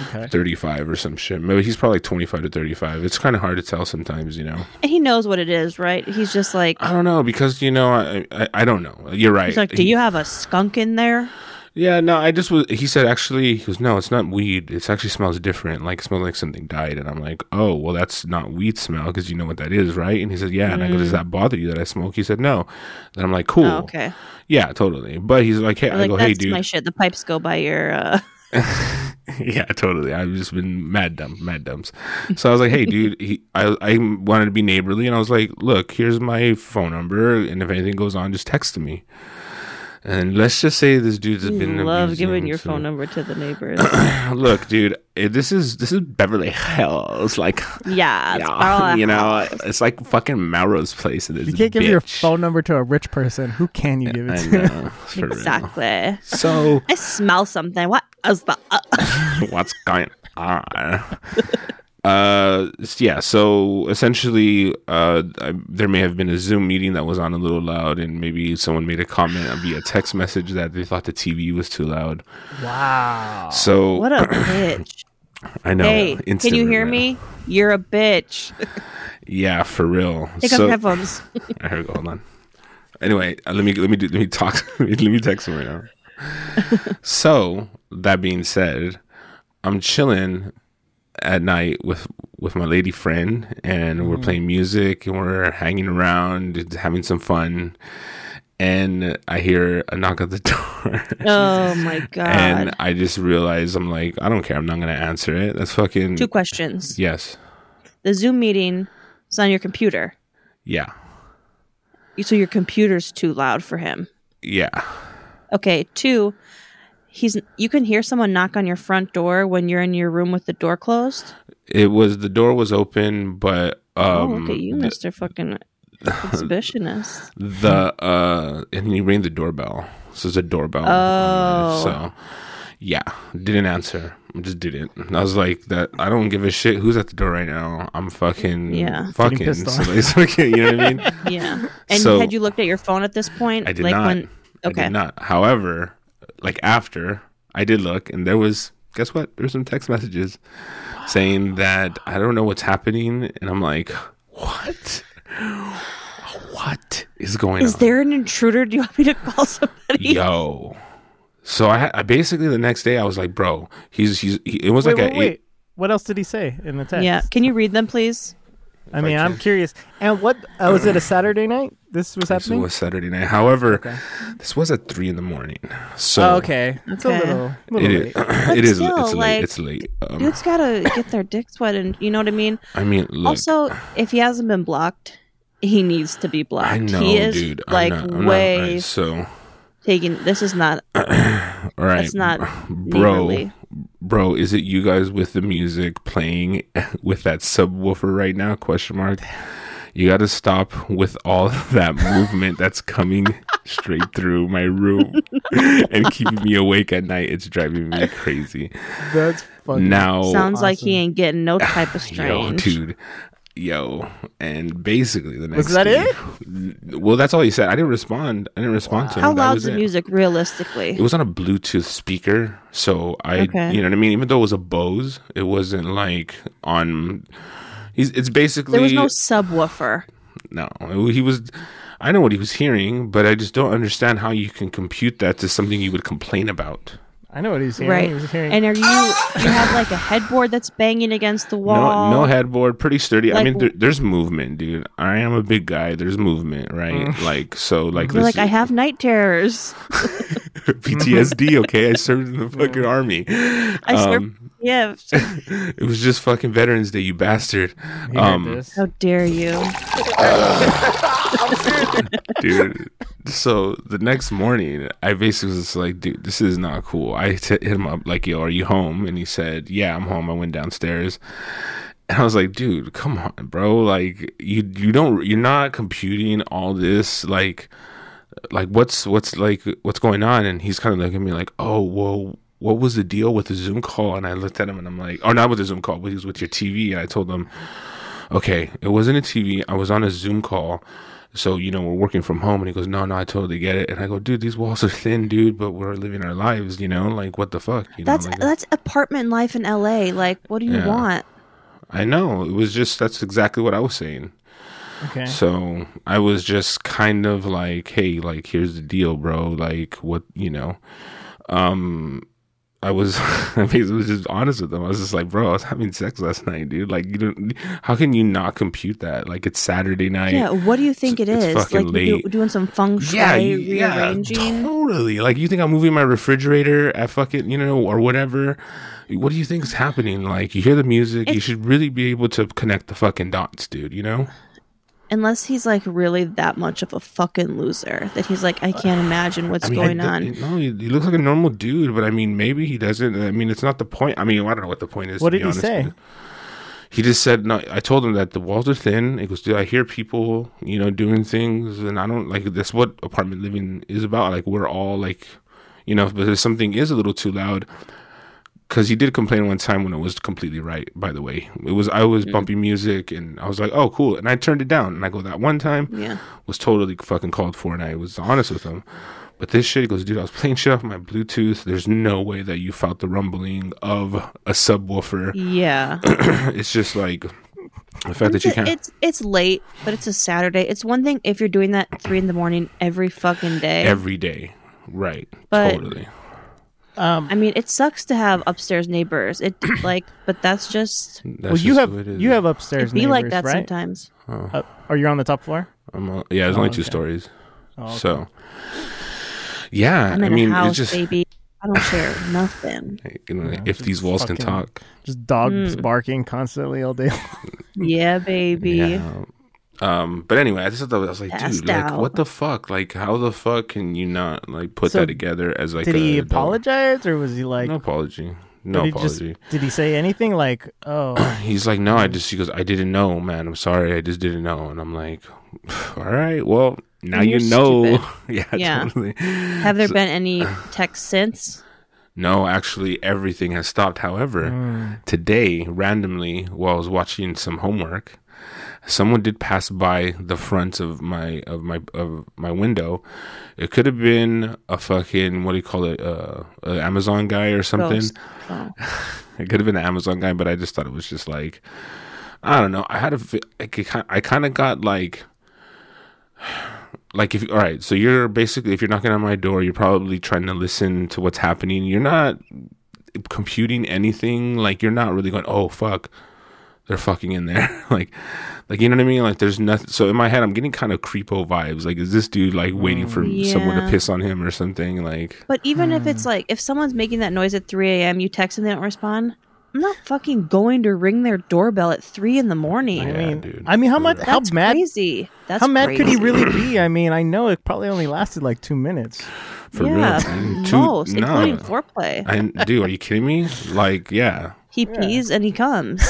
S2: Okay.
S1: 35 or some shit. Maybe he's probably like 25 to 35. It's kind of hard to tell sometimes, you know.
S3: And he knows what it is, right? He's just like,
S1: I don't know because you know I I, I don't know. You're right.
S3: he's like, do
S1: He-
S3: you have a skunk in there?
S1: Yeah, no, I just was. He said actually, he goes, no, it's not weed. It actually smells different. Like it smells like something died. And I'm like, oh, well, that's not weed smell because you know what that is, right? And he said, yeah. And I go, does that bother you that I smoke? He said, no. And I'm like, cool.
S3: Mm. Oh, okay.
S1: Yeah, totally. But he's like, hey,
S3: I'm
S1: I
S3: like,
S1: go,
S3: that's
S1: hey, dude.
S3: my shit. The pipes go by your. Uh,
S1: (laughs) yeah, totally. I've just been mad dumb, mad dumps. So I was like, hey, dude, he, I, I wanted to be neighborly, and I was like, look, here's my phone number, and if anything goes on, just text me. And let's just say this dude has been
S3: (laughs) love
S1: abusing
S3: giving your
S1: some- (laughs)
S3: phone number to the neighbors.
S1: Look, dude, eh, this is this is Beverly Hills,
S3: (laughs)
S1: like.
S3: yeah,
S1: Yeah,
S3: it's all-
S1: (laughs) you know, it's like fucking Melrose Place. It is.
S2: You can't give your
S1: bitch.
S2: phone number to a rich person. Who can you give it
S1: I
S2: to?
S1: know, for real.
S3: exactly.
S1: So
S3: I smell something. What is the? Uh,
S1: (coughs) (laughs) what's going on? Uh, s- yeah. So essentially, uh, I, there may have been a Zoom meeting that was on a little loud, and maybe someone made a comment via text message that they thought the TV was too loud.
S2: (laughs) Wow.
S1: So
S3: what a bitch!
S1: I know.
S3: hey, can
S1: instant
S3: you hear
S1: regret.
S3: me? You're a bitch.
S1: Yeah, for real.
S3: Take off
S1: So-
S3: your headphones.
S1: I heard. Hold on. Anyway, uh, let me let me do, let me talk. (laughs) let, me, let me text him right
S3: (laughs)
S1: now. so that being said, I'm chilling at night with with my lady friend, and we're
S3: Mm-hmm.
S1: playing music, and we're hanging around, and having some fun. And I hear a knock at the (laughs) door,
S3: (laughs) Oh my
S1: (laughs)
S3: god!
S1: and I just realize I'm like, I don't care. I'm not gonna answer it. That's fucking
S3: Two questions.
S1: yes,
S3: The Zoom meeting is on your computer,
S1: yeah,
S3: so your computer's too loud for him.
S1: yeah.
S3: Okay, two. He's you can hear someone knock on your front door when you're in your room with the door closed.
S1: It was the door was open, but um,
S3: oh, look at you, Mister Fucking
S1: (laughs)
S3: Exhibitionist.
S1: the uh and he rang the doorbell so it's a doorbell
S3: Oh.
S1: so yeah didn't answer just didn't i was like that i don't give a shit who's at the door right now i'm fucking
S3: Yeah.
S1: fucking
S2: pissed
S1: (laughs)
S2: off.
S1: somebody's fucking you know
S3: (laughs)
S1: what i mean
S3: Yeah. And
S1: So-
S3: had you looked at your phone at this point?
S1: i did not
S3: okay.
S1: i did not however like after i did look and there was guess what there were some text messages saying that i don't know what's happening and i'm like what what is going
S3: Is
S1: on
S3: there an intruder? Do you want me to call somebody?
S1: Yo. So I, I basically the next day I was like, bro, he's he's he, it was
S2: Wait,
S1: like a
S2: wait,
S1: e-
S2: wait. What else did he say in the text?
S3: Yeah. Can you read them, please?
S2: I mean, I'm curious. And what uh, was it? A Saturday night? This was
S1: This
S2: happening.
S1: was Saturday night. However, this was at three in the morning. So
S2: oh, okay. It's a
S3: Okay.
S2: little, little
S1: It is. (clears throat)
S2: late.
S1: it is.
S3: still,
S1: it's late.
S3: like,
S1: It's late. Um,
S3: Dude's gotta get their dicks wet, and you know what I mean.
S1: I mean, look.
S3: also, if he hasn't been blocked, he needs to be blocked.
S1: I know,
S3: he is
S1: dude.
S3: like
S1: I'm not, I'm Not,
S3: way
S1: all right, so,
S3: taking. This is not.
S1: all right.
S3: That's not
S1: bro.
S3: neighborly.
S1: Bro, is it you guys with the music playing (laughs) with that subwoofer right now? Question mark. You got to stop with all (laughs) that movement that's coming straight through my room (laughs) and keeping me awake at night. It's driving me crazy.
S2: That's funny.
S1: Now,
S3: Sounds like
S2: awesome.
S3: he ain't
S1: (sighs)
S3: getting no type of
S1: yo,
S3: strange.
S1: dude, yo, and basically the next
S2: that
S1: day- Well, that's all he said. I didn't respond. I didn't respond to him.
S3: How
S1: That
S3: loud's
S1: was
S3: the
S1: it.
S3: music realistically?
S1: It was on a Bluetooth speaker, so I,
S3: Okay.
S1: you know what I mean. Even though it was a Bose, it wasn't like on. He's, it's basically
S3: there was no subwoofer.
S1: no. He was. I know what he was hearing, but I just don't understand how you can compute that to something you would complain about.
S2: I know what he's hearing.
S3: Right.
S2: He's hearing.
S3: And are
S1: (laughs)
S3: you you have like a headboard that's banging against the
S1: No,
S3: wall?
S1: no headboard, pretty sturdy. I
S3: Like-
S1: mean, there, there's movement, dude. I am a big guy. There's movement, right? like so, like
S3: Mm. You're
S1: this
S3: like I have night terrors.
S1: (laughs) PTSD. Okay, I served
S3: (laughs)
S1: in the fucking army.
S3: I serve
S1: Um,
S3: gift.
S1: (laughs) it was just fucking Veterans Day, you bastard,
S2: he heard
S1: um,
S2: this.
S3: How dare you?
S1: Oh dude. so the next morning, I basically was like, dude, this is not cool. I t- hit him up like, yo, are you home? And he said, yeah, I'm home. I went downstairs. And I was like, dude, come on, bro. Like, you you don't you're not computing all this. Like, like what's what's like what's going on? And he's kind of looking at me like, oh, well, what was the deal with the Zoom call? And I looked at him and I'm like, oh, not with the Zoom call, but he was with your TV. And I told him, okay, it wasn't a TV. I was on a Zoom call. So, you know, we're working from home. And he goes, no, no, I totally get it. And I go, dude, these walls are (laughs) thin, dude, but we're living our lives, you know? Like, what the fuck? You
S3: That's
S1: know, like,
S3: that's apartment life in LA. Like, what do you
S1: Yeah.
S3: want?
S1: I know. It was just, that's exactly what I was saying.
S2: Okay.
S1: So I was just kind of like, hey, like here's the deal, bro. Like what you know. Um I was (laughs) I basically was just honest with them. I was just like, bro, I was having sex last night, dude. Like you don't how can you not compute that? Like it's Saturday night.
S3: yeah, what do you think it
S1: it's
S3: is?
S1: fucking
S3: like you
S1: late.
S3: do, doing some feng shui
S1: you-
S3: rearranging?
S1: totally. Like you think I'm moving my refrigerator at fucking, you know, or whatever. What do you think is happening? Like you hear the music, you
S3: It's-
S1: should really be able to connect the fucking dots, dude. You know?
S3: Unless he's like really that much of a fucking loser that he's like, I can't imagine what's
S1: I mean,
S3: going
S1: I-
S3: on.
S1: it- No, he, he looks like a normal dude, but I mean, maybe he doesn't. I mean, it's not the point. I mean, I don't know what the point is.
S2: What
S1: to
S2: did
S1: be
S2: he
S1: honest
S2: say?
S1: with you. He just said, "No." I told him that the walls are thin. He goes, "Dude, I hear people, you know, doing things, and I don't like. That's what apartment living is about. Like, we're all like, you know, but if something is a little too loud." Because he did complain one time when it was completely right. By the way, it was I
S3: Mm.
S1: was bumpy music, and I was like, "Oh, cool," and I turned it down. And I go, "That one time,
S3: yeah.
S1: was totally fucking called for, and I was honest with him. But this shit, he goes, dude, I was playing shit off my Bluetooth. There's no way that you felt the rumbling of a subwoofer.
S3: (clears throat) Yeah.
S1: (laughs) it's just like the fact that you
S3: it's,
S1: can't.
S3: it's it's late, but it's a Saturday. It's one thing if you're doing that at three in the morning every fucking day.
S1: Every day, right?
S3: But-
S1: totally.
S2: Um,
S3: I mean, it sucks to have upstairs
S1: (clears throat)
S3: neighbors. It like, but that's just
S1: That's
S2: well, you
S1: just
S2: have
S1: the way it is.
S2: you have upstairs
S3: it be like
S2: neighbors,
S3: that
S2: right?
S3: sometimes.
S2: Uh, are you on the top floor?
S1: I'm all- yeah, there's only two
S2: okay.
S1: stories.
S2: Oh, okay.
S1: So, yeah,
S3: I'm
S1: I
S3: in
S1: mean, it's
S3: a house,
S1: just
S3: baby. I don't share
S1: (laughs)
S3: nothing.
S1: you know,
S2: Yeah,
S1: if
S2: just
S1: these walls
S2: fucking-
S1: can talk.
S2: just dogs
S3: Mm.
S2: barking constantly all day.
S3: Yeah, baby.
S1: Yeah. Um, but anyway, I just thought that was, I was like,
S3: Passed
S1: dude, like,
S3: out.
S1: what the fuck? Like, how the fuck can you not like put
S2: So,
S1: that together as like
S2: did
S1: a
S2: he
S1: adult?
S2: apologize or was he like?
S1: no apology, no
S2: did
S1: apology.
S2: He just, did he say anything like,
S1: (clears throat)
S2: "Oh,
S1: He's like, no, I just he goes, I didn't know, man. I'm sorry, I just didn't know, and I'm like, (sighs) all right, well, now
S3: And
S1: you
S3: you're
S1: know, (laughs) yeah,
S3: Yeah.
S1: totally.
S3: Have there been any texts since?
S1: No, actually, everything has stopped. However, today, randomly, while I was watching some homework, someone did pass by the front of my of my of my window. It could have been a fucking what do you call it, uh, an Amazon guy or (clears throat) something.
S3: Ghost. Oh.
S1: It could have been an Amazon guy, but I just thought it was just like I don't know. I had a fi- I ki- I kind of got like like if all right, so you're basically if you're knocking on my door, you're probably trying to listen to what's happening. You're not computing anything. Like you're not really going, "Oh fuck, they're fucking in there." (laughs) like like you know what I mean? Like there's nothing. So in my head, I'm getting kind of creepo vibes. Like is this dude like waiting for someone to
S3: Yeah.
S1: piss on him or something? Like
S3: But even if it's like, if someone's making that noise at 3 a.m., you text and they don't respond, I'm not fucking going to ring their doorbell at 3 in the morning.
S2: I
S1: Yeah,
S2: mean,
S1: dude.
S2: I mean, how much? How
S3: That's
S2: mad?
S3: crazy. That's
S2: How mad could he
S3: crazy.
S2: really be? I mean, I know it probably only lasted like two minutes. (laughs)
S1: for
S3: yeah,
S1: real, dude. Two-
S3: most,
S1: nah.
S3: including foreplay.
S1: I dude, are you kidding me? Like, yeah.
S3: He pees and
S1: (laughs)
S3: he comes.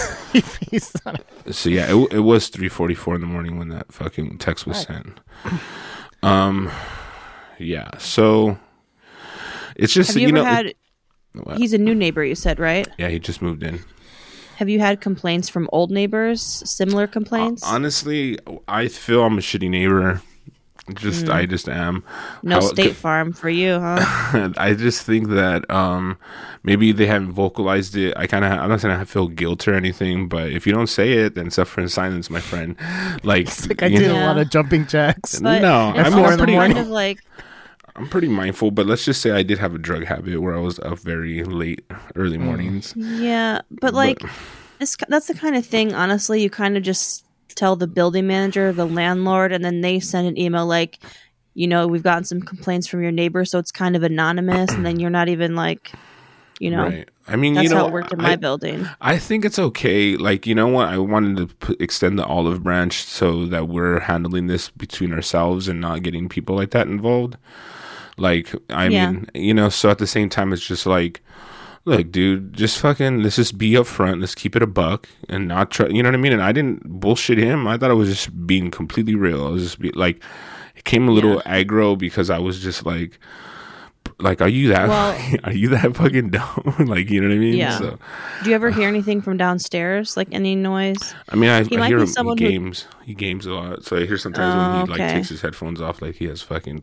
S2: He's not-
S1: So yeah, it, it was three forty four in the morning when that fucking text was sent. Um, yeah. So it's just
S3: Have
S1: that,
S3: you,
S1: you, know,
S3: ever had?
S1: it- What?
S3: He's a new neighbor, you said, right?
S1: yeah, he just moved in.
S3: Have you had complaints from old neighbors? Similar complaints?
S1: Uh, Honestly, I feel I'm a shitty neighbor. Just I just am.
S3: Mm. no
S1: How-
S3: State Farm for you, huh?
S1: (laughs) I just think that um, maybe they haven't vocalized it. I kind of I'm not saying I feel guilt or anything, but if you don't say it, then suffer in silence, my friend. Like,
S2: like I
S1: you
S2: did
S1: know-
S2: a lot
S3: Yeah.
S2: of jumping jacks.
S3: But
S1: No,
S3: it's
S1: I mean, (laughs)
S3: also
S2: I'm pretty-
S3: kind of like
S1: I'm pretty mindful, but let's just say I did have a drug habit where I was up very late, early
S3: Mm.
S1: mornings.
S3: Yeah, but like this that's the kind of thing honestly you kind of just tell the building manager, the landlord and then they send an email like you know, we've gotten some complaints from your neighbor so it's kind of anonymous and then you're not even like you know.
S1: Right. I mean,
S3: That's
S1: you know,
S3: how it worked in my
S1: I-
S3: building.
S1: I think it's okay. Like, you know what? I wanted to p- extend the olive branch so that we're handling this between ourselves and not getting people like that involved. Like, I
S3: Yeah.
S1: mean, you know, so at the same time, it's just like, look, dude, just fucking, let's just be upfront. Let's keep it a buck and not try, you know what I mean? And I didn't bullshit him. I thought I was just being completely real. I was just be, like, it came a little aggro because I was just like, like, are you that,
S3: Well-
S1: (laughs) are you that fucking (laughs) dumb? like, you know what I mean?
S3: Yeah.
S1: So-
S3: Do you ever hear anything from downstairs? Like any noise?
S1: I mean, I,
S3: He
S1: I
S3: might
S1: hear
S3: be
S1: him. He
S3: someone who-
S1: games. He games a lot, so I hear sometimes when he
S3: Oh,
S1: like
S3: okay.
S1: takes his headphones off, like he has fucking.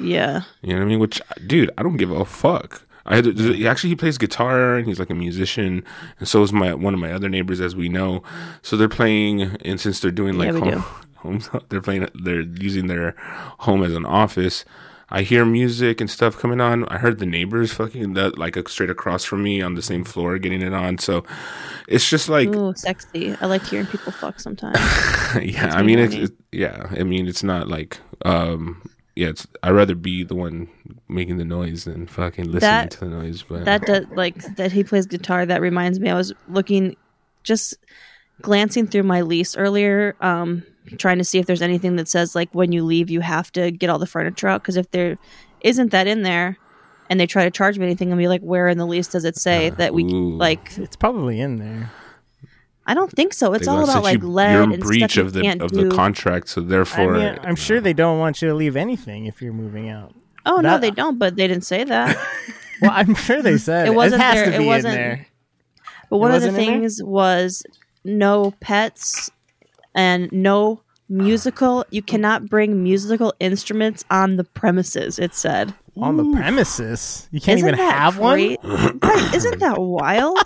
S3: Yeah.
S1: You know what I mean? Which, dude, I don't give a fuck. I had to- actually he plays guitar and he's like a musician, and so is my one of my other neighbors, as we know. So they're playing, and since they're doing like
S3: Yeah, we
S1: (laughs)
S3: do.
S1: home, homes, they're playing, they're using their home as an office. I hear music and stuff coming on. I heard the neighbors fucking that like straight across from me on the same floor getting it on. So it's just like
S3: Ooh, sexy. I like hearing people fuck sometimes.
S1: (laughs) yeah i
S3: me
S1: mean it's,
S3: horny.
S1: it- yeah i mean it's not like um yeah it's i'd rather be the one making the noise than fucking listening
S3: That-
S1: to the noise but
S3: that does like that he plays guitar that reminds me i was looking just glancing through my lease earlier um trying to see if there's anything that says like when you leave you have to get all the furniture out because if there isn't that in there and they try to charge me anything and be like where in the lease does it say that we
S1: Ah, ooh.
S3: like
S2: It's probably in there.
S3: i don't think so it's
S1: They
S3: all
S1: lost- since
S3: about like
S1: you-
S3: lead
S1: you're in
S3: and
S1: breach
S3: stuff
S1: of
S3: you
S1: the
S3: can't
S1: of
S3: do.
S1: the contract so
S2: I
S1: therefore
S2: mean, I'm sure they don't want you to leave anything if you're moving out.
S3: oh no
S2: that-
S3: they don't but they didn't say
S2: (laughs)
S3: that
S2: Well, I'm sure they
S3: (laughs)
S2: said
S3: It
S2: it.
S3: wasn't
S2: has
S3: there-
S2: to
S3: it
S2: be
S3: wasn't-
S2: in there.
S3: But one of the
S2: wasn't in there?
S3: things was no pets and no musical. You cannot bring musical instruments on the premises. It said.
S2: On the premises, you can't
S3: Isn't
S2: even
S3: that
S2: have
S3: cra- Right, isn't that wild?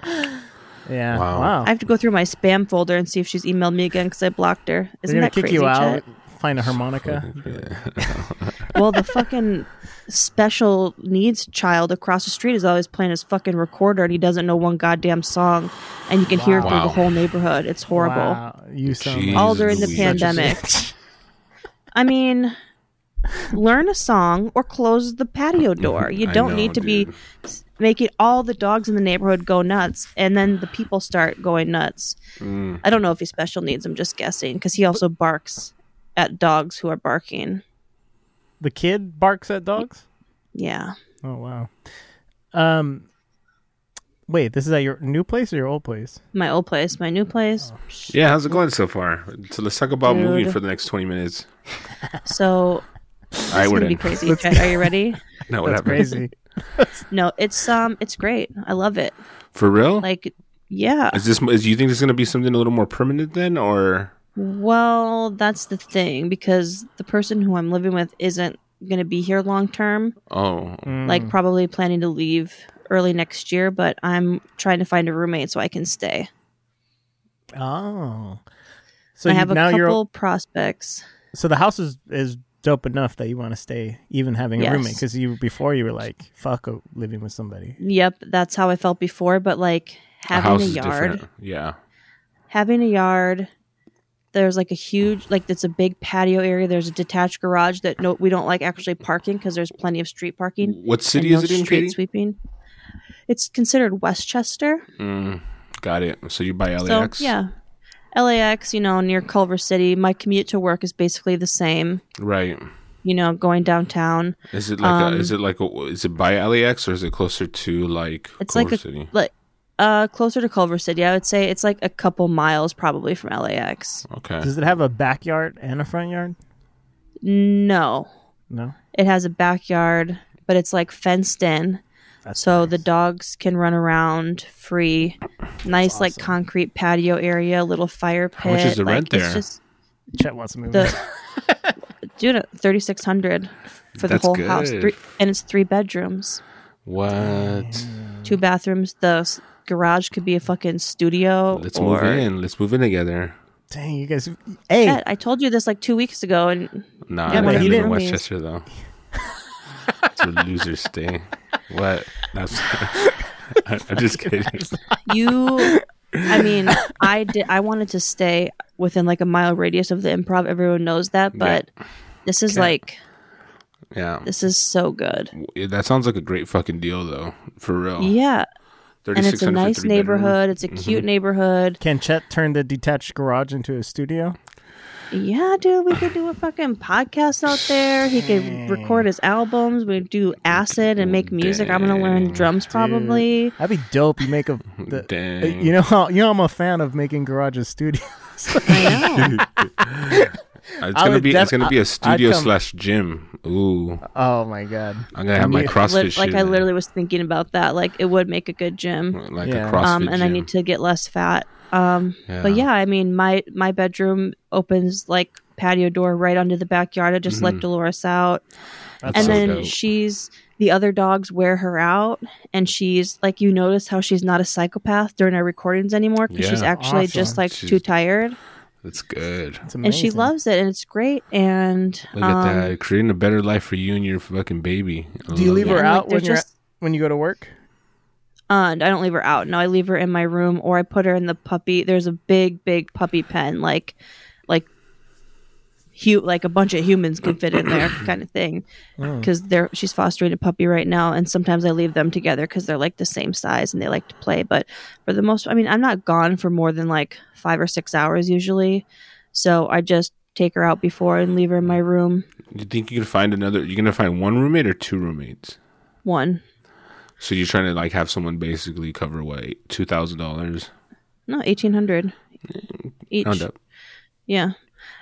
S2: one. Yeah.
S1: Wow.
S2: Wow.
S3: I have to go through my spam folder and see if she's emailed me again because I blocked her.
S2: They're
S3: Isn't
S2: gonna
S3: that
S2: kick
S3: crazy?
S2: you out.
S3: Chet?
S2: (laughs) Find a harmonica.
S3: Well, the fucking special needs child across the street is always playing his fucking recorder, and he doesn't know one goddamn song, and you can hear it through
S1: Wow.
S3: the whole neighborhood. It's horrible.
S2: Wow. You sound like
S3: All
S1: Jesus
S3: during the
S1: Louise.
S3: pandemic. I mean, learn a song or close
S1: (laughs)
S3: the patio door. You
S1: I
S3: don't
S1: know,
S3: need to
S1: dude.
S3: be s- making all the dogs in the neighborhood go nuts and then the people start going nuts.
S1: Mm.
S3: I don't know if he's special needs, I'm just guessing, because he also barks at dogs who are barking.
S2: the kid barks at dogs.
S3: Yeah.
S2: Oh wow. Um. Wait, this is at your new place or your old place?
S3: My old place, my new place.
S1: yeah how's it going so far so let's talk about moving
S3: Dude.
S1: for the next 20 minutes
S3: So
S1: all right
S3: it's
S1: we're
S3: gonna be
S1: done
S3: crazy. Chet. Are you ready?
S1: (laughs) no what
S2: That's
S1: happened (laughs)
S2: crazy.
S3: No, it's um it's great. I love it.
S1: for real
S3: Like yeah.
S1: is this is you think this is going to be something a little more permanent then or
S3: Well, that's the thing because the person who I'm living with isn't going to be here long term.
S1: oh
S2: Mm.
S3: Like probably planning to leave early next year, but I'm trying to find a roommate so I can stay.
S2: Oh. So
S3: I
S2: you-
S3: have a
S2: now
S3: couple
S2: you're
S3: prospects.
S2: so the house is is dope enough that you want to stay, even having a
S3: Yes.
S2: roommate. Because you before you were like, fuck uh, living with somebody.
S3: Yep, that's how I felt before, but like having a, yard,
S1: yeah
S3: having a yard there's like a
S1: Mm.
S3: huge like it's a big patio area there's a detached garage that no we don't like actually parking because there's plenty of street parking
S1: what
S3: and
S1: city is
S3: no
S1: it in
S3: street
S1: Katie?
S3: sweeping it's considered westchester
S1: Mm, got it. So you buy LAX?
S3: So yeah, LAX. You know, near Culver City. My commute to work is basically the same.
S1: Right.
S3: You know, going downtown.
S1: Is it like a,
S3: Um,
S1: is it like a, is it by LAX or is it closer to like
S3: It's
S1: Culver
S3: like a
S1: City?
S3: like uh closer to Culver City. I would say it's like a couple miles probably from LAX.
S1: Okay.
S2: Does it have a backyard and a front yard?
S3: No,
S2: No.
S3: it has a backyard, but it's like fenced in. so the dogs can run around free. Nice, like concrete patio area, little fire pit.
S1: much is the
S3: like,
S1: rent
S3: it's
S1: there?
S3: just-
S2: Chet wants to move. in.
S1: (laughs)
S3: the dude thirty six hundred for the
S1: That's
S3: whole house,
S1: good.
S3: three, and it's three bedrooms,
S1: What?
S3: two bathrooms. The s- garage could be a fucking studio.
S1: Let's
S3: or-
S1: move in. Let's move in together.
S2: Dang, you guys. Hey,
S3: Shit, I told you this like two weeks ago, and
S1: Nah,
S3: Yeah,
S1: I
S3: but
S1: didn't
S2: he
S1: live in
S2: didn't-
S1: Westchester though. it's where losers stay. What? That's. (laughs) I- I'm
S3: (laughs)
S1: just kidding.
S3: You, I
S1: (laughs)
S3: mean, I did. I wanted to stay within like a mile radius of the improv. Everyone knows that, but this is like
S1: Yeah,
S3: this is so good.
S1: Yeah, that sounds like a great fucking deal though, for real.
S3: Yeah, and it's
S1: 3600 Oh,
S3: a
S1: for
S3: nice
S1: three Mm-hmm. bedroom.
S3: neighborhood. It's a cute neighborhood.
S2: Can Chet turn the detached garage into a studio?
S3: Yeah, dude, we could do a fucking podcast out there. He could record his albums. We'd do acid and make music. I'm gonna learn drums
S1: (laughs)
S3: probably.
S2: Dude, that'd be dope. You make a. The, uh,
S1: Dang.
S2: You know, how- you know, I'm a fan of making garages studios.
S3: I know.
S1: It's
S2: I
S1: gonna
S2: would
S1: be
S2: def-
S1: it's gonna be
S2: I-
S1: a
S2: I'd
S1: studio
S2: come-
S1: slash gym. Ooh,
S2: (laughs) oh my god.
S1: I'm gonna have my
S2: you-
S1: CrossFit
S3: Lit-
S1: shit.
S3: like I
S1: in it.
S3: literally was thinking about that. Like it would make a good gym.
S1: like
S2: Yeah.
S1: a CrossFit
S3: um, and I
S1: gym.
S3: need to get less fat. Um, but
S1: Yeah.
S3: yeah, I mean, my my bedroom opens like patio door right onto the backyard. I just
S1: Mm-hmm.
S3: let Dolores out,
S2: That's
S3: and
S1: so
S3: then
S1: dope.
S3: she's the other dogs wear her out, and she's like, you notice how she's not a psychopath during our recordings anymore because she's
S1: Yeah.
S3: actually just
S2: Awesome.
S3: like
S1: She's-
S3: too tired,
S1: That's good.
S2: It's
S3: and she
S2: amazing.
S3: loves it, and it's great. And
S1: Look
S3: um,
S1: at that, creating a better life for you and your fucking baby. I
S2: Do you
S1: love
S2: leave
S1: it.
S3: yeah,
S2: her
S3: and,
S2: out
S3: like, they're
S2: when you're
S3: just-
S2: when you go to work?
S3: Uh, and I don't leave her out. No, I leave her in my room or I put her in the puppy. There's a big, big puppy pen, like, like, hu- like a bunch of humans can fit
S1: (coughs)
S3: in there, kind of thing.
S1: Oh.
S3: Because they're she's fostering a puppy right now, and sometimes I leave them together because they're like the same size and they like to play. But for the most, I mean, I'm not gone for more than like five or six hours usually, so I just take her out before and leave her in my room.
S1: You think you can find another? You're gonna find one roommate or two roommates?
S3: One,
S1: So you're trying to like have someone basically cover what two thousand dollars?
S3: no, eighteen hundred each.
S1: Round up.
S3: Yeah.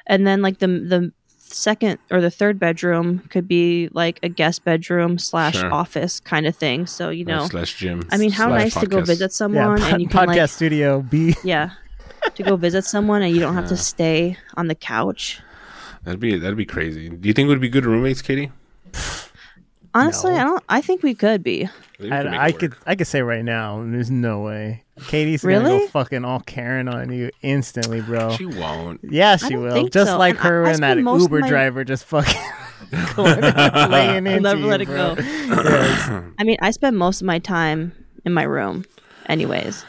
S3: And then like the the second or the third bedroom could be like a guest bedroom slash
S1: Sure.
S3: office kind of thing. So you know,
S1: slash gym.
S3: I mean, how
S1: slash
S3: nice to go
S1: podcast.
S3: visit someone
S2: yeah,
S3: and you
S2: pod-
S3: can
S2: podcast
S3: like
S2: studio (laughs) B.
S3: yeah, to go visit someone and you don't have to stay on the couch.
S1: That'd be that'd be crazy. Do you think would be good roommates, Katie?
S3: Honestly, I don't. I think we
S1: (laughs)
S3: could be.
S1: think we
S2: I,
S1: can make
S2: I
S1: it
S2: could
S1: work.
S2: I could say right now, there's no way. Katie's gonna
S3: Really?
S2: go fucking all Karen on you instantly, bro.
S1: She won't.
S2: yeah, she
S3: don't
S2: will.
S3: think
S2: Just
S3: so.
S2: like
S3: And I-
S2: her
S3: I
S2: and that
S3: spend most of
S2: Uber
S3: my-
S2: driver just (laughs) fucking (laughs) laying into
S3: never
S2: you,
S3: let it
S2: bro.
S3: go.
S2: Yes.
S1: (coughs)
S3: I mean, I spend most of my time in my room, anyways.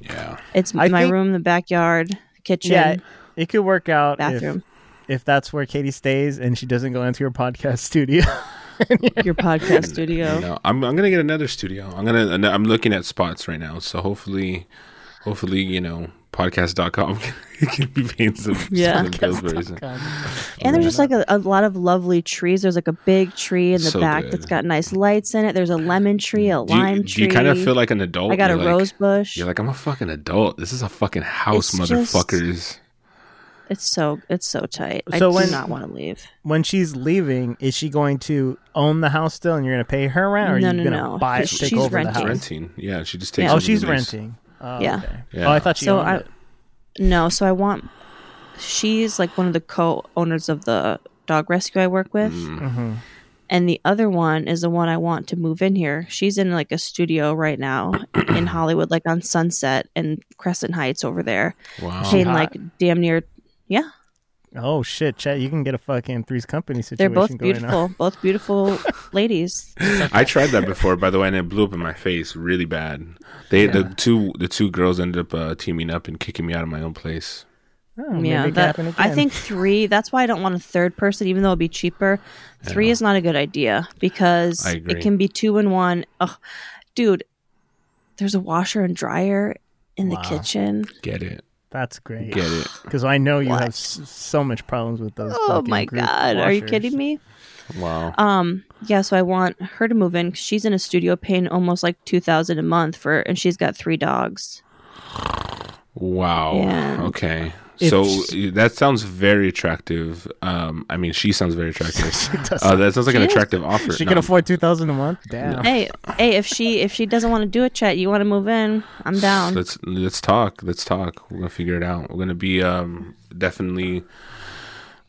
S1: Yeah.
S3: It's
S2: I
S3: my
S2: think-
S3: room, the backyard, kitchen,
S2: Yeah, it could work out if,
S3: bathroom,
S2: if that's where Katie stays and she doesn't go into your podcast (laughs) studio.
S1: (laughs)
S3: your podcast studio.
S1: No, I'm I'm gonna get another studio. I'm gonna I'm looking at spots right now. So hopefully, hopefully you know podcast.com (laughs) can be paying some
S3: Yeah.
S1: some bills very soon.
S3: And there's just like a, a lot of lovely trees. There's like a big tree in the
S1: So
S3: back
S1: good.
S3: that's got nice lights in it. There's a lemon tree, a
S1: Do
S3: lime
S1: you, do
S3: tree.
S1: you kind of feel like an adult?
S3: I got a
S1: You're like-
S3: rose bush.
S1: You're like I'm a fucking adult. This is a fucking house,
S3: It's just-
S1: motherfuckers.
S3: it's so it's so tight. I
S2: So
S3: do
S2: when-
S3: not want to leave.
S2: when she's leaving, is she going to own the house still and you're gonna pay her rent or
S3: No,
S2: are you
S3: no,
S2: gonna
S3: no.
S2: buy
S3: She's-
S2: take
S3: she's
S2: over the
S3: renting.
S2: house?
S1: renting. Yeah, she just takes.
S3: Yeah.
S2: Oh,
S1: over the
S2: she's
S1: lease.
S2: renting. Oh,
S3: Yeah.
S2: okay.
S1: Yeah.
S2: Oh, I thought she
S3: So
S2: owned
S3: I-
S2: it.
S3: No, so I want. She's like one of the co-owners of the dog rescue I work with,
S1: Mm.
S2: Mm-hmm.
S3: and the other one is the one I want to move in here. She's in like a studio
S1: (clears throat)
S3: right now in Hollywood, like on Sunset and Crescent Heights over there,
S1: Wow.
S2: (laughs)
S3: paying
S2: hot.
S3: like damn near. Yeah,
S2: Oh shit, Chet, you can get a fucking Three's Company
S3: they're
S2: situation
S3: both
S2: going on.
S3: beautiful, both beautiful
S2: (laughs)
S3: ladies.
S1: I tried that before, by the way, and it blew up in my face really bad. They the two the two girls ended up uh, teaming up and kicking me out of my own place.
S2: Oh, maybe
S3: Yeah,
S2: it can
S3: that,
S2: happen
S3: I
S2: again.
S3: think three. That's why I don't want a third person, even though it'd be cheaper. Three is not a good idea because
S1: I agree.
S3: it can be two in one. Ugh, dude, there's a washer and dryer in the kitchen.
S1: Get it?
S2: that's great.
S1: Get
S3: (sighs)
S1: it?
S2: Because I know you
S3: What?
S2: have s- so much problems with those.
S3: Oh
S2: fucking
S3: my
S2: group
S3: god, are you
S2: washers.
S3: kidding me?
S1: Wow.
S3: Um, yeah. So I want her to move in. 'cause she's in a studio paying almost like two thousand a month for, and she's got three dogs.
S1: Wow.
S3: Yeah.
S1: Okay.
S2: If
S1: so
S2: she-
S1: that sounds very attractive. Um, I mean, she sounds very
S2: (laughs)
S1: attractive.
S2: does.
S1: uh, that sounds like an
S3: She is.
S1: attractive offer.
S2: She
S1: No,
S2: can afford two thousand a month. Damn.
S3: Hey, hey, if she if she doesn't want to do it, Chet, you want to move in? I'm down.
S1: Let's let's talk. Let's talk. We're gonna figure it out. We're gonna be um definitely.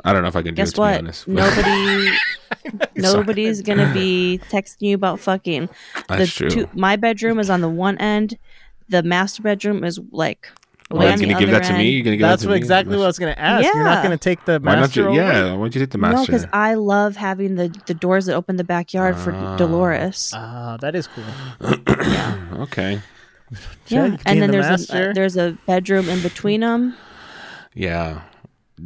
S1: I don't know if I can do it
S3: guess
S1: to
S3: what?
S1: be honest. but- (laughs)
S3: (laughs) Nobody, nobody's gonna be texting you about fucking. The
S1: That's true.
S3: my bedroom is on the one end. The master bedroom is like
S1: Oh, you're
S3: on the
S1: gonna give
S3: other
S1: that to me?
S3: end.
S1: You're gonna give that
S2: That's
S1: to
S2: what
S1: me?
S2: exactly what I was going to ask. You're not
S3: Yeah.
S2: going to take the
S1: Why not
S2: master.
S1: you?
S2: over?
S1: Yeah, why don't you take the
S3: No,
S1: master?
S3: because I love having the the doors that open the backyard for
S1: Ah.
S3: Dolores.
S2: Ah, that is cool.
S1: okay.
S3: yeah,
S2: Yeah, you could be
S3: and
S2: in
S3: then
S2: the
S3: there's a,
S2: master.
S3: uh, there's a bedroom in between them.
S1: Yeah.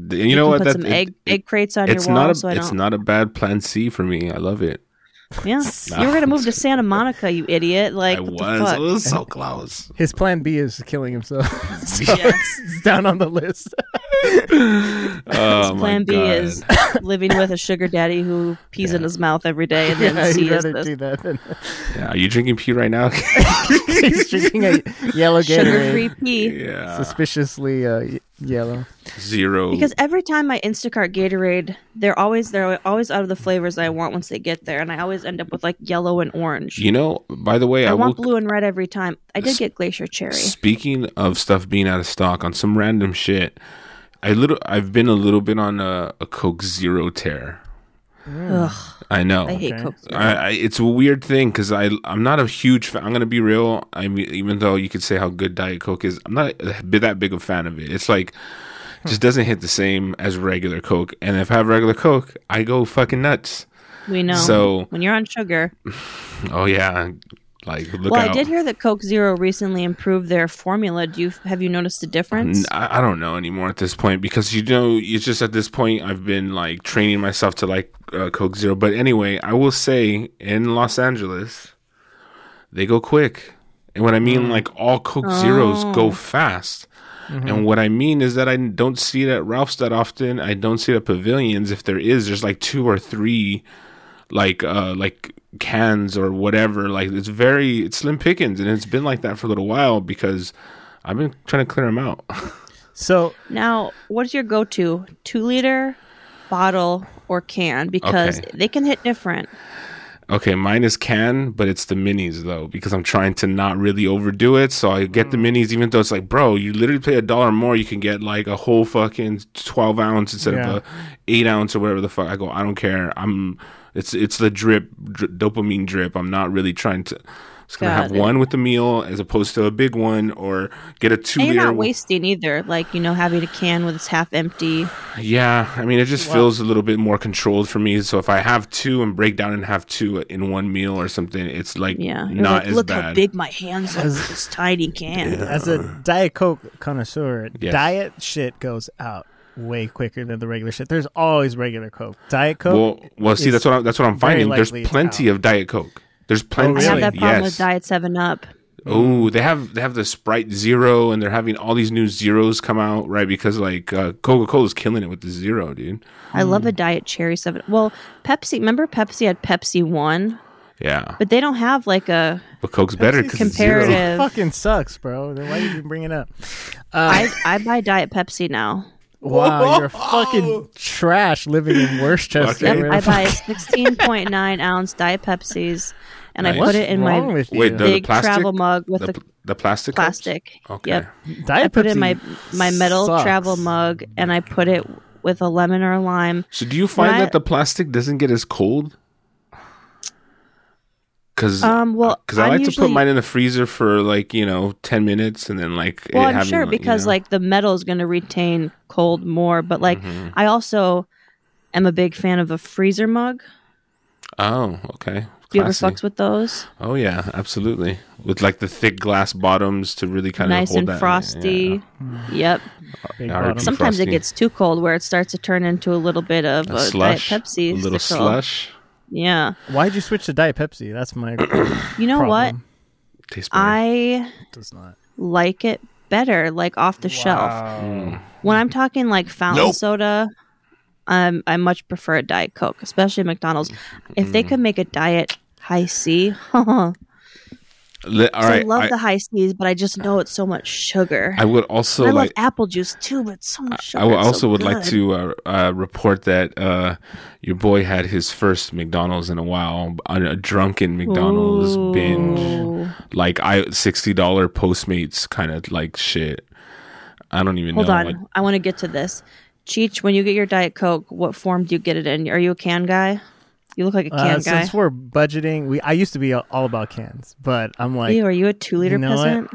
S1: D- You, know what?
S3: Put
S1: Oh, That
S3: some
S1: it-
S3: egg
S1: it-
S3: egg crates on your
S1: it's
S3: wall,
S1: not a
S3: so I
S1: it's
S3: don't.
S1: not a bad plan C for me. I love it. (laughs)
S3: yeah, you were gonna move to Santa Monica, you idiot! Like
S1: I
S3: what
S1: was.
S3: the
S1: I
S3: fuck?
S1: was so
S3: (laughs)
S1: close.
S2: His plan B is killing himself. so (laughs)
S1: (laughs)
S2: it's, it's down on the
S3: (laughs)
S2: list.
S1: Oh, my
S3: Plan B
S1: God.
S3: is (laughs) living with a sugar daddy who pees in his mouth every
S1: (laughs)
S3: day, and then
S2: (laughs) yeah,
S3: C
S2: he'd
S3: is
S2: rather
S3: this
S2: do that than (laughs)
S1: Yeah, are you drinking pee right now? (laughs)
S2: he's drinking a yellow
S3: sugar-free
S2: Gatorade.
S3: pee.
S1: yeah.
S2: Suspiciously uh, y- yellow.
S1: Zero.
S3: Because every time I Instacart Gatorade, they're always they're always out of the flavors I want once they get there, and I always end up with like yellow and orange.
S1: you know, by the way, I,
S3: I want
S1: will
S3: blue and red every time. I did get glacier cherry.
S1: Speaking of stuff being out of stock on some random shit, I little I've been a little bit on a, a Coke Zero tear.
S3: Ugh,
S1: I know.
S3: I hate
S2: Okay.
S3: Coke.
S1: I, I, it's a weird thing because I I'm not a huge fan. I'm gonna be real. I mean, even though you could say how good Diet Coke is, I'm not a- be that big a fan of it. It's like
S3: Hmm.
S1: just doesn't hit the same as regular Coke. And if I have regular Coke, I go fucking nuts.
S3: We know.
S1: So-
S3: when you're on sugar,
S1: Oh yeah, like look
S3: well,
S1: out.
S3: I did hear that Coke Zero recently improved their formula. Do you have you noticed the difference?
S1: N- I I don't know anymore at this point because you know it's just at this point I've been like training myself to like uh, Coke Zero. But anyway, I will say in Los Angeles, they go quick, and what I mean like all Coke Zeros go fast. And what I mean is that I n- don't see it at Ralph's that often. I don't see it at Pavilions. If there is, there's like two or three, like uh like cans or whatever. Like it's very it's slim pickings, and it's been like that for a little while because. I've been trying to clear them out.
S2: So
S3: Now, what's your go-to? Two liter, bottle, or can? Because
S1: Okay.
S3: they can hit different.
S1: Okay, mine is can, but it's the minis though, because I'm trying to not really overdo it. So I get
S3: Mm.
S1: the minis, even though it's like, bro, you literally pay a dollar more, you can get like a whole fucking twelve ounce instead
S2: Yeah.
S1: of a eight ounce or whatever the fuck. I go, I don't care. I'm, it's it's the drip, dr- dopamine drip. I'm not really trying to. Just gonna
S3: Got
S1: have
S3: it.
S1: one with the meal as opposed to a big one, or get a two
S3: And you're
S1: liter.
S3: not
S1: one.
S3: wasting either. Like you know, having a can with it's half empty.
S1: Yeah, I mean, it just feels a little bit more controlled for me. So if I have two and break down and have two in one meal or something, it's like
S3: Yeah, You're
S1: not
S3: like,
S1: as
S3: Look
S1: bad.
S3: how big my hands are with this
S2: (laughs)
S3: tiny can.
S2: as a diet coke connoisseur
S1: Yes.
S2: diet shit goes out way quicker than the regular shit there's always regular coke diet coke
S1: Well, well, see,
S2: is
S1: that's what I'm, that's what I'm
S2: very
S1: finding. There's
S2: likely it's
S1: plenty
S2: out.
S1: of Diet Coke. There's plenty.
S3: I have
S2: Really?
S3: that problem with
S1: yes.
S3: Diet Seven Up.
S1: Oh, they have they have the Sprite Zero, and they're having all these new zeros come out, right? Because like uh, Coca Cola's killing it with the zero, dude.
S3: I love
S2: Hmm.
S3: a Diet Cherry Seven. Well, Pepsi. Remember Pepsi had Pepsi One,
S1: Yeah, but,
S3: but they don't have like a.
S1: Coke's better because it's zero.
S3: comparative.
S2: it fucking sucks bro then why do you even bring
S1: (laughs)
S2: it up Uh.
S3: I I buy Diet Pepsi now.
S2: wow you're fucking trash living in worcester
S1: Fuck
S3: Yep,
S1: it.
S2: where
S3: I
S2: the fuck-
S3: buy a 16.9 ounce Diet Pepsis, and I
S1: Nice.
S3: put it in
S2: what's wrong
S3: my
S2: with you?
S1: Wait, the, the
S3: big
S1: plastic
S3: travel mug with
S1: the,
S3: the,
S1: pl- the plastic cups?
S3: plastic.
S1: Okay.
S3: Yep.
S2: diet
S3: I put it in my
S2: Pepsi
S3: my metal
S2: sucks.
S3: travel mug, and I put it with a lemon or a lime.
S1: So do you find
S3: I-
S1: that the plastic doesn't get as cold? Because
S3: Um, well,
S1: because I
S3: I'm
S1: like to put
S3: usually-
S1: mine in the freezer for like you know ten minutes and then like eh, it
S3: Well, I'm
S1: having,
S3: sure
S1: like, you
S3: because
S1: know-
S3: like the metal is going to retain cold more, but like
S1: Mm-hmm.
S3: I also am a big fan of a freezer mug.
S1: oh okay
S3: Do you ever
S1: Classy.
S3: fucks with those?
S1: Oh yeah, absolutely. With like the thick glass bottoms to really kind of
S3: nice
S1: hold
S3: and
S1: that.
S3: frosty. Yep.
S1: Alright,
S2: Big bottom.
S1: Some-
S3: Sometimes
S1: frosty.
S3: it gets too cold where it starts to turn into a little bit of
S1: Yeah.
S3: a
S1: A slush,
S3: Diet Pepsi.
S1: a little
S3: stickle.
S1: slush.
S3: Yeah.
S2: why'd you switch to diet pepsi
S1: (coughs)
S2: that's my
S3: You know what?
S2: problem.
S1: Tastes better.
S3: I
S2: does not
S3: like it better, like off the shelf. When I'm talking like fountain
S1: Nope.
S3: soda, um, I much prefer a Diet Coke, especially McDonald's. If they could make a Diet High C, (laughs) 'cause
S1: Le- all right,
S3: I love
S1: I,
S3: the high C's, but I just know it's so much sugar.
S1: I would also
S3: And I love
S1: like.
S3: apple juice too, but it's so much sugar.
S1: I would
S3: it's so
S1: also would like
S3: good.
S1: to uh, uh, report that uh, your boy had his first McDonald's in a while on a drunken McDonald's binge,
S3: Ooh.
S1: like I sixty dollar Postmates kind of like shit. I don't even
S3: Hold
S1: know.
S3: on,
S1: like-
S3: I want to get to this. Cheech, when you get your Diet Coke, what form do you get it in? Are you a can guy? You look like a
S2: uh,
S3: can guy.
S2: since we're budgeting we i used to be all about cans but i'm like
S3: Ew, are you a two liter
S2: You know what?
S3: peasant?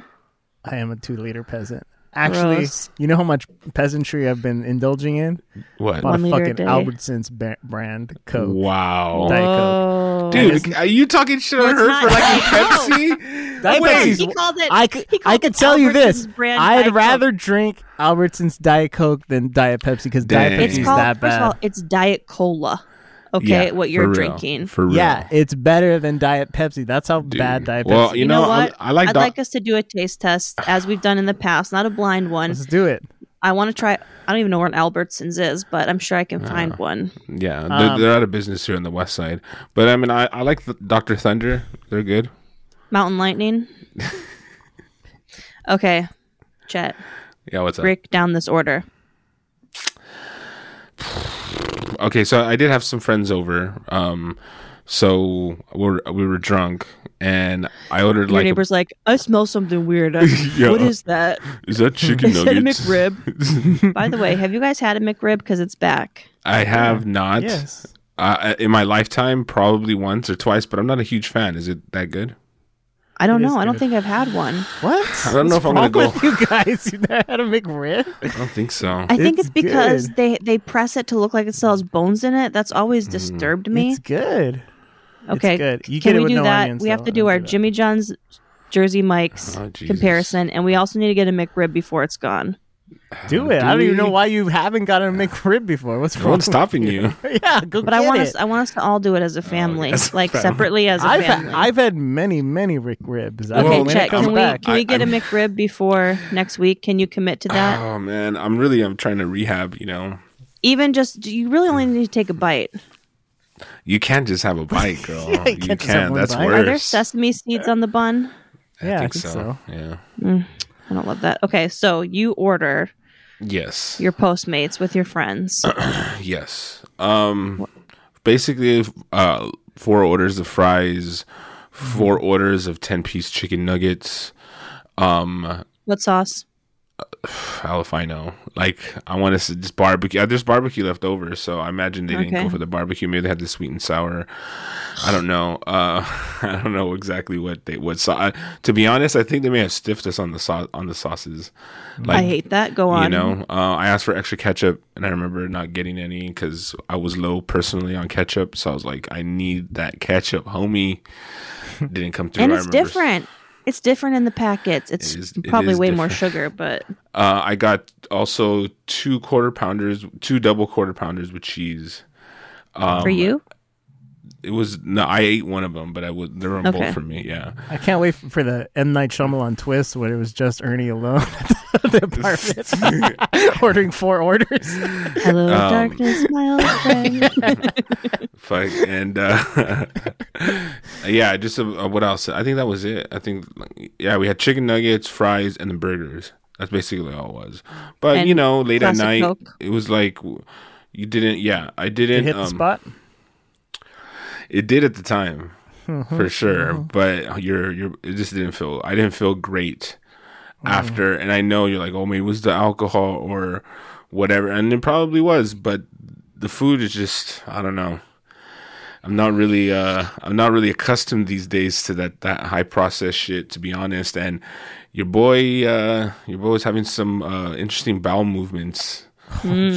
S2: I am a two liter peasant. Actually,
S3: Gross.
S2: you know how much peasantry I've been indulging in?
S1: What?
S2: Bought
S3: One
S2: a
S3: liter a
S2: fucking
S3: day.
S2: Albertsons ba- brand Coke.
S1: Wow.
S2: Diet Coke.
S3: Whoa.
S1: Dude, are you talking shit
S3: Well,
S1: on
S3: it's
S1: her
S3: not
S1: for liking
S3: Diet
S1: Pepsi?
S2: That
S3: He
S1: Wait,
S2: Pepsi's-
S3: called- he called it.
S2: I could,
S3: he called
S2: I could
S3: it
S2: tell you this.
S3: Albertsons brand Diet
S2: I'd
S3: Coke.
S2: rather drink Albertsons Diet Coke than Diet Pepsi because Diet
S1: Dang.
S2: Pepsi's
S3: It's
S1: He's
S3: called.
S2: that
S3: First of
S2: bad.
S3: all, it's Diet Cola. Okay,
S1: Yeah,
S3: what you're
S1: for real,
S3: drinking.
S1: For real.
S2: yeah, it's better than Diet Pepsi. That's how
S1: Dude.
S2: bad Diet
S1: Well,
S2: Pepsi.
S1: you
S3: You
S1: know,
S3: know what?
S1: I, I like
S3: I'd
S1: Doc-
S3: like us to do a taste test as we've done in the past, not a blind one.
S2: Let's do it. I
S3: I want to try. I don't even know where an Albertsons is, but I'm sure I can
S1: Uh.
S3: find one.
S1: Yeah, they're,
S2: Um,
S1: they're out of business here on the west side. But I mean, I, I like the Doctor Thunder. They're good. (laughs)
S3: Mountain Lightning. okay, Chet,
S1: Yeah, what's up?
S3: break down this order.
S1: Okay, so I did have some friends over. Um, so we're we were drunk, and I ordered
S3: Your
S1: like, a,
S3: neighbor's like, I smell something weird.
S1: (laughs) Yeah.
S3: What is that?
S1: is that
S3: (laughs)
S1: chicken
S3: Is that a
S1: nuggets?
S3: McRib?
S2: (laughs)
S3: By the way, have you guys had a McRib? Because it's back.
S1: I have not.
S2: Yes.
S1: Uh, in my lifetime, probably once or twice, but I'm not a huge fan. Is it that good?
S3: I don't
S2: It is
S3: know. I don't
S2: good.
S3: think I've had one.
S2: What?
S1: I don't know if I'm
S2: What's
S1: gonna
S2: wrong with you guys. (laughs) You know how to make rib?
S1: I don't think so.
S3: I think
S2: It's
S3: it's because
S2: good. Mm.
S3: they they press it to look like it still has bones in it. That's always disturbed me.
S2: It's good.
S3: okay,
S2: good. You
S3: can
S2: get it
S3: we
S2: with
S3: do
S2: no
S3: that?
S2: onions,
S3: we have
S2: though.
S3: to
S2: I
S3: do
S2: don't
S3: our
S2: do that. Ah,
S3: Jimmy John's Jersey Mike's
S1: Oh, Jesus.
S3: comparison, and we also need to get a McRib before it's gone.
S2: Do it. I don't even know why you haven't gotten a McRib before. What's
S1: No
S2: wrong?
S1: one's stopping
S3: (laughs)
S1: you.
S2: (laughs) yeah, go
S3: But
S2: get
S3: I want
S2: it. Oh,
S3: us I want us to all do it as a family,
S1: yes,
S3: like
S1: family.
S3: separately as a
S2: I've had,
S3: family.
S2: I've had many many Rick ribs. I
S3: okay,
S2: mean,
S1: Well,
S2: when
S3: Chet,
S2: it comes
S3: can we
S2: back,
S3: can we get
S1: I-
S3: a McRib before next week? Can you commit to that?
S1: Oh man, I'm really I'm trying to rehab. You know,
S3: Even just do you really only need to take a bite.
S1: you can't just have a bite, girl.
S2: Yeah, (laughs) you
S1: you can't.
S2: can't just have one
S1: That's
S2: bite.
S1: worse.
S2: Are
S3: Are there sesame seeds on the bun?
S2: Yeah, I think so.
S1: Yeah.
S3: I don't love that. Okay, so you order
S1: Yes.
S3: your Postmates with
S1: (clears throat)
S3: your friends.
S1: Yes. Um, basically, uh, four orders of fries,
S2: Mm-hmm.
S1: four orders of ten-piece chicken nuggets. Um,
S3: what sauce?
S1: hell if I know. Like, I want to just barbecue. uh, There's barbecue left over, so I imagine they didn't
S3: Okay.
S1: go for the barbecue. Maybe they had the sweet and sour. I don't know. Uh, (laughs) I don't know exactly what they what. So, I, to be honest, I think they may have stiffed us on the sauce on the sauces. Like,
S3: I hate that. Go on.
S1: You know, uh, I asked for extra ketchup, and I remember not getting any because I was low personally on ketchup. So I was like, I need that ketchup,
S3: (laughs)
S1: homie. Didn't come through.
S3: and
S1: I
S3: it's
S1: remember-
S3: different. It's different in the packets. It's
S1: It is- it
S3: probably
S1: is
S3: way more
S1: different. (laughs)
S3: sugar, but
S1: Uh, I got also two quarter pounders, two double quarter pounders with cheese. Um,
S3: for you,
S1: It was no, I ate one of them, but I was they were on
S3: Okay.
S1: both for me. Yeah,
S2: I can't wait f- for the M Night Shyamalan twist when it was just Ernie alone at the (laughs) apartment (laughs) ordering four orders.
S3: hello
S1: um,
S3: darkness, my
S1: (laughs)
S3: old friend.
S1: fuck, and uh, (laughs) yeah, just uh, what else? I think that was it. I think like, yeah, we had chicken nuggets, fries, and the burgers. That's basically all it was. But
S3: And
S1: you know, late at
S3: classic
S1: night,
S3: Coke.
S1: it was like w- you didn't. Yeah, I
S2: It
S1: didn't
S2: hit the
S1: um,
S2: spot. (laughs)
S1: It did at the time, for sure. But you're you're it just didn't feel. I didn't feel great after, and I know you're like, oh, maybe it was the alcohol or whatever, and it probably was. But the food is just, I don't know. I'm not really uh I'm not really accustomed these days to that that high process shit to be honest and your boy uh your boy was having some uh interesting bowel movements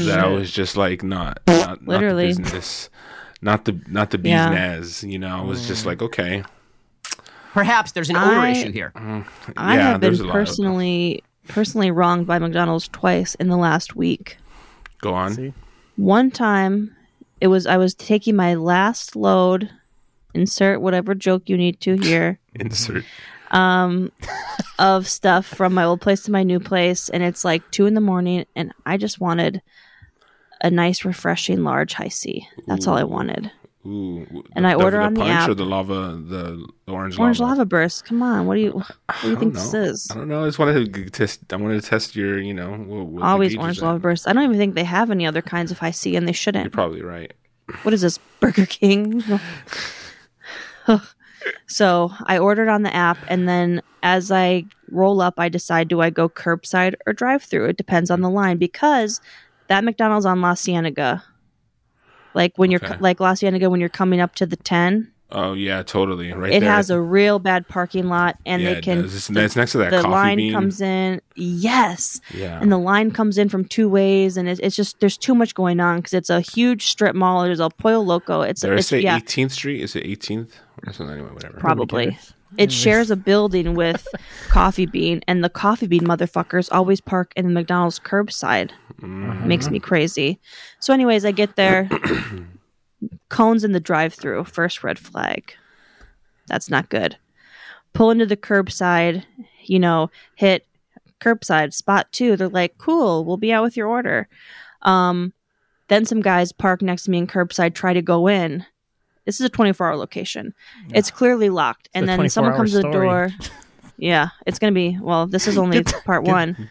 S1: that I was just like not not, not the
S3: Literally.
S1: business not the not the bees
S3: Yeah.
S1: naz you know I was just like okay
S4: Perhaps there's an odor
S3: I-
S4: issue here.
S3: I
S1: Yeah,
S3: have
S1: there's
S3: been
S1: a lot of-
S3: personally personally wronged by McDonald's twice in the last week.
S1: go on
S2: See?
S3: One time, it was I was taking my last load. Insert whatever joke you need to here.
S1: insert
S3: of stuff from my old place to my new place, and it's like two in the morning, and I just wanted a nice, refreshing large high C. That's all I wanted.
S1: ooh
S3: And
S1: the-
S3: I
S1: the-
S3: order
S1: the
S3: on the
S1: punch
S3: app.
S1: or the lava the, the orange
S3: Orange
S1: lava.
S3: lava burst. Come on, what do you what do you
S1: I
S3: think
S1: don't
S3: this
S1: know.
S3: is?
S1: I don't know. I just wanted to g- test. I wanted to test your, you know, what, what
S3: Always
S1: gauges
S3: orange
S1: are.
S3: lava burst. I don't even think they have any other kinds of high C, and they
S1: You're
S3: shouldn't.
S1: probably right.
S3: What is this
S1: (laughs)
S3: Burger King? No. so I ordered on the app, and then as I roll up, I decide do I go curbside or drive through? It depends on the line because that McDonald's on La Cienega, like when you're
S1: Okay.
S3: like La Cienega when you're coming up to the ten,
S1: Oh yeah, totally. Right
S3: it
S1: there.
S3: has a real bad parking lot, and
S1: yeah,
S3: they can.
S1: It does. It's, it's next to that
S3: the
S1: coffee
S3: line
S1: bean.
S3: comes in, yes,
S1: yeah.
S3: and the line comes in from two ways, and it's, it's just there's too much going on because it's a huge strip mall. There's El Pollo Loco. It's,
S1: Did I
S3: it's
S1: say
S3: yeah,
S1: 18th Street? Is it 18th or something? Anyway, whatever.
S3: probably. It shares a building with (laughs) Coffee Bean, and the Coffee Bean motherfuckers always park in the McDonald's curbside. Makes me crazy. So, anyways, I get there. Cones in the drive-through. First red flag. That's not good. Pull into the curbside. You know, hit curbside spot two. They're like, "Cool, we'll be out with your order." Um, then some guys park next to me in curbside. Try to go in. This is a 24-hour location. It's clearly locked, and
S2: a
S3: then someone
S2: 24-hour
S3: comes to the
S2: story. (laughs)
S3: door. Yeah, it's gonna be. Well, this is only part one.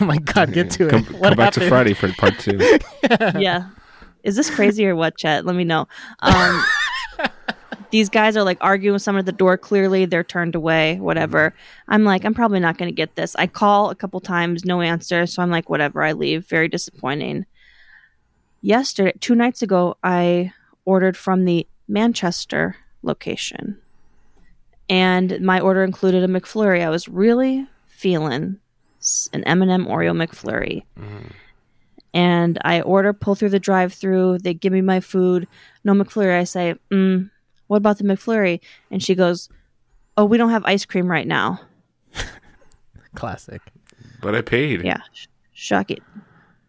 S2: Oh my god, get to it.
S1: Come,
S3: (laughs)
S2: What
S1: come back to
S2: happened?
S1: Friday for part two.
S3: yeah. Is this crazy or what, Chet? Let me know. Um, these guys are like arguing with someone at the door. Clearly, they're turned away, whatever. I'm like, I'm probably not going to get this. I call a couple times, no answer. So I'm like, whatever, I leave. Very disappointing. Yesterday, two nights ago, I ordered from the Manchester location. And my order included a McFlurry. I was really feeling s- an M&M Oreo McFlurry and I order, pull through the drive through. They give me my food. No McFlurry. I say, mm, what about the McFlurry? And she goes, oh, we don't have ice cream right now.
S2: Classic.
S1: But I paid.
S3: Yeah. Sh- shock it.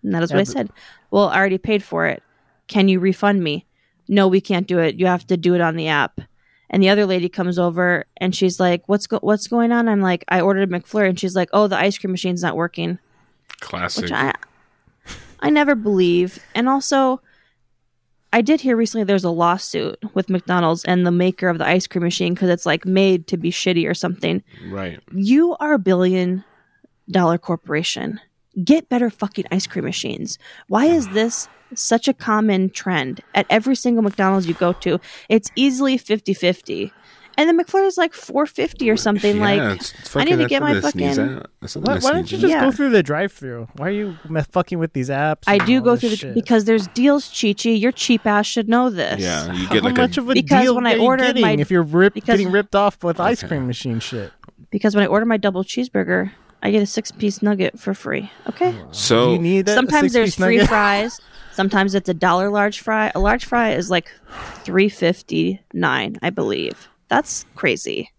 S3: And that is what
S2: Yeah,
S3: I
S2: but-
S3: said. Well, I already paid for it. Can you refund me? No, we can't do it. You have to do it on the app. And the other lady comes over and she's like, "What's go- what's going on?" I'm like, "I ordered a McFlurry," and she's like, "Oh, the ice cream machine's not working."
S1: Classic.
S3: which I I never believe. And also, I did hear recently there's a lawsuit with McDonald's and the maker of the ice cream machine because it's like made to be shitty or something.
S1: right.
S3: You are a billion dollar corporation. Get better fucking ice cream machines. Why is this such a common trend at every single McDonald's you go to? It's easily 50 50. And the McFlurry is like 450 or something.
S1: yeah,
S3: like,
S1: it's, it's fucking,
S3: I need to
S1: that's
S3: get my
S1: something to sneeze
S3: fucking-
S1: at. That's something
S2: Why,
S1: to
S2: why don't
S1: sneeze
S2: you
S1: at.
S2: just
S3: Yeah.
S2: go through the drive-through? Why are you me- fucking with these apps?
S3: I
S2: and
S3: do
S2: all
S3: go
S2: this
S3: through the
S2: shit?
S3: because there's deals, Chi Chi. Your cheap ass should know this.
S1: Yeah, you
S2: How
S1: get like
S2: much
S1: a.
S2: of a
S3: Because
S2: deal
S3: when
S2: are
S3: I
S2: you
S3: ordered
S2: getting
S3: my-
S2: if you're rip,
S3: because-
S2: getting ripped off with ice
S1: Okay.
S2: cream machine shit?
S3: Because when I order my double cheeseburger, I get a six piece nugget for free. Okay.
S1: so
S2: you need that
S3: Sometimes there's
S2: six-piece
S3: free
S2: nugget?
S3: fries. Sometimes it's a dollar large fry. A large fry is like three fifty nine, I believe. That's crazy.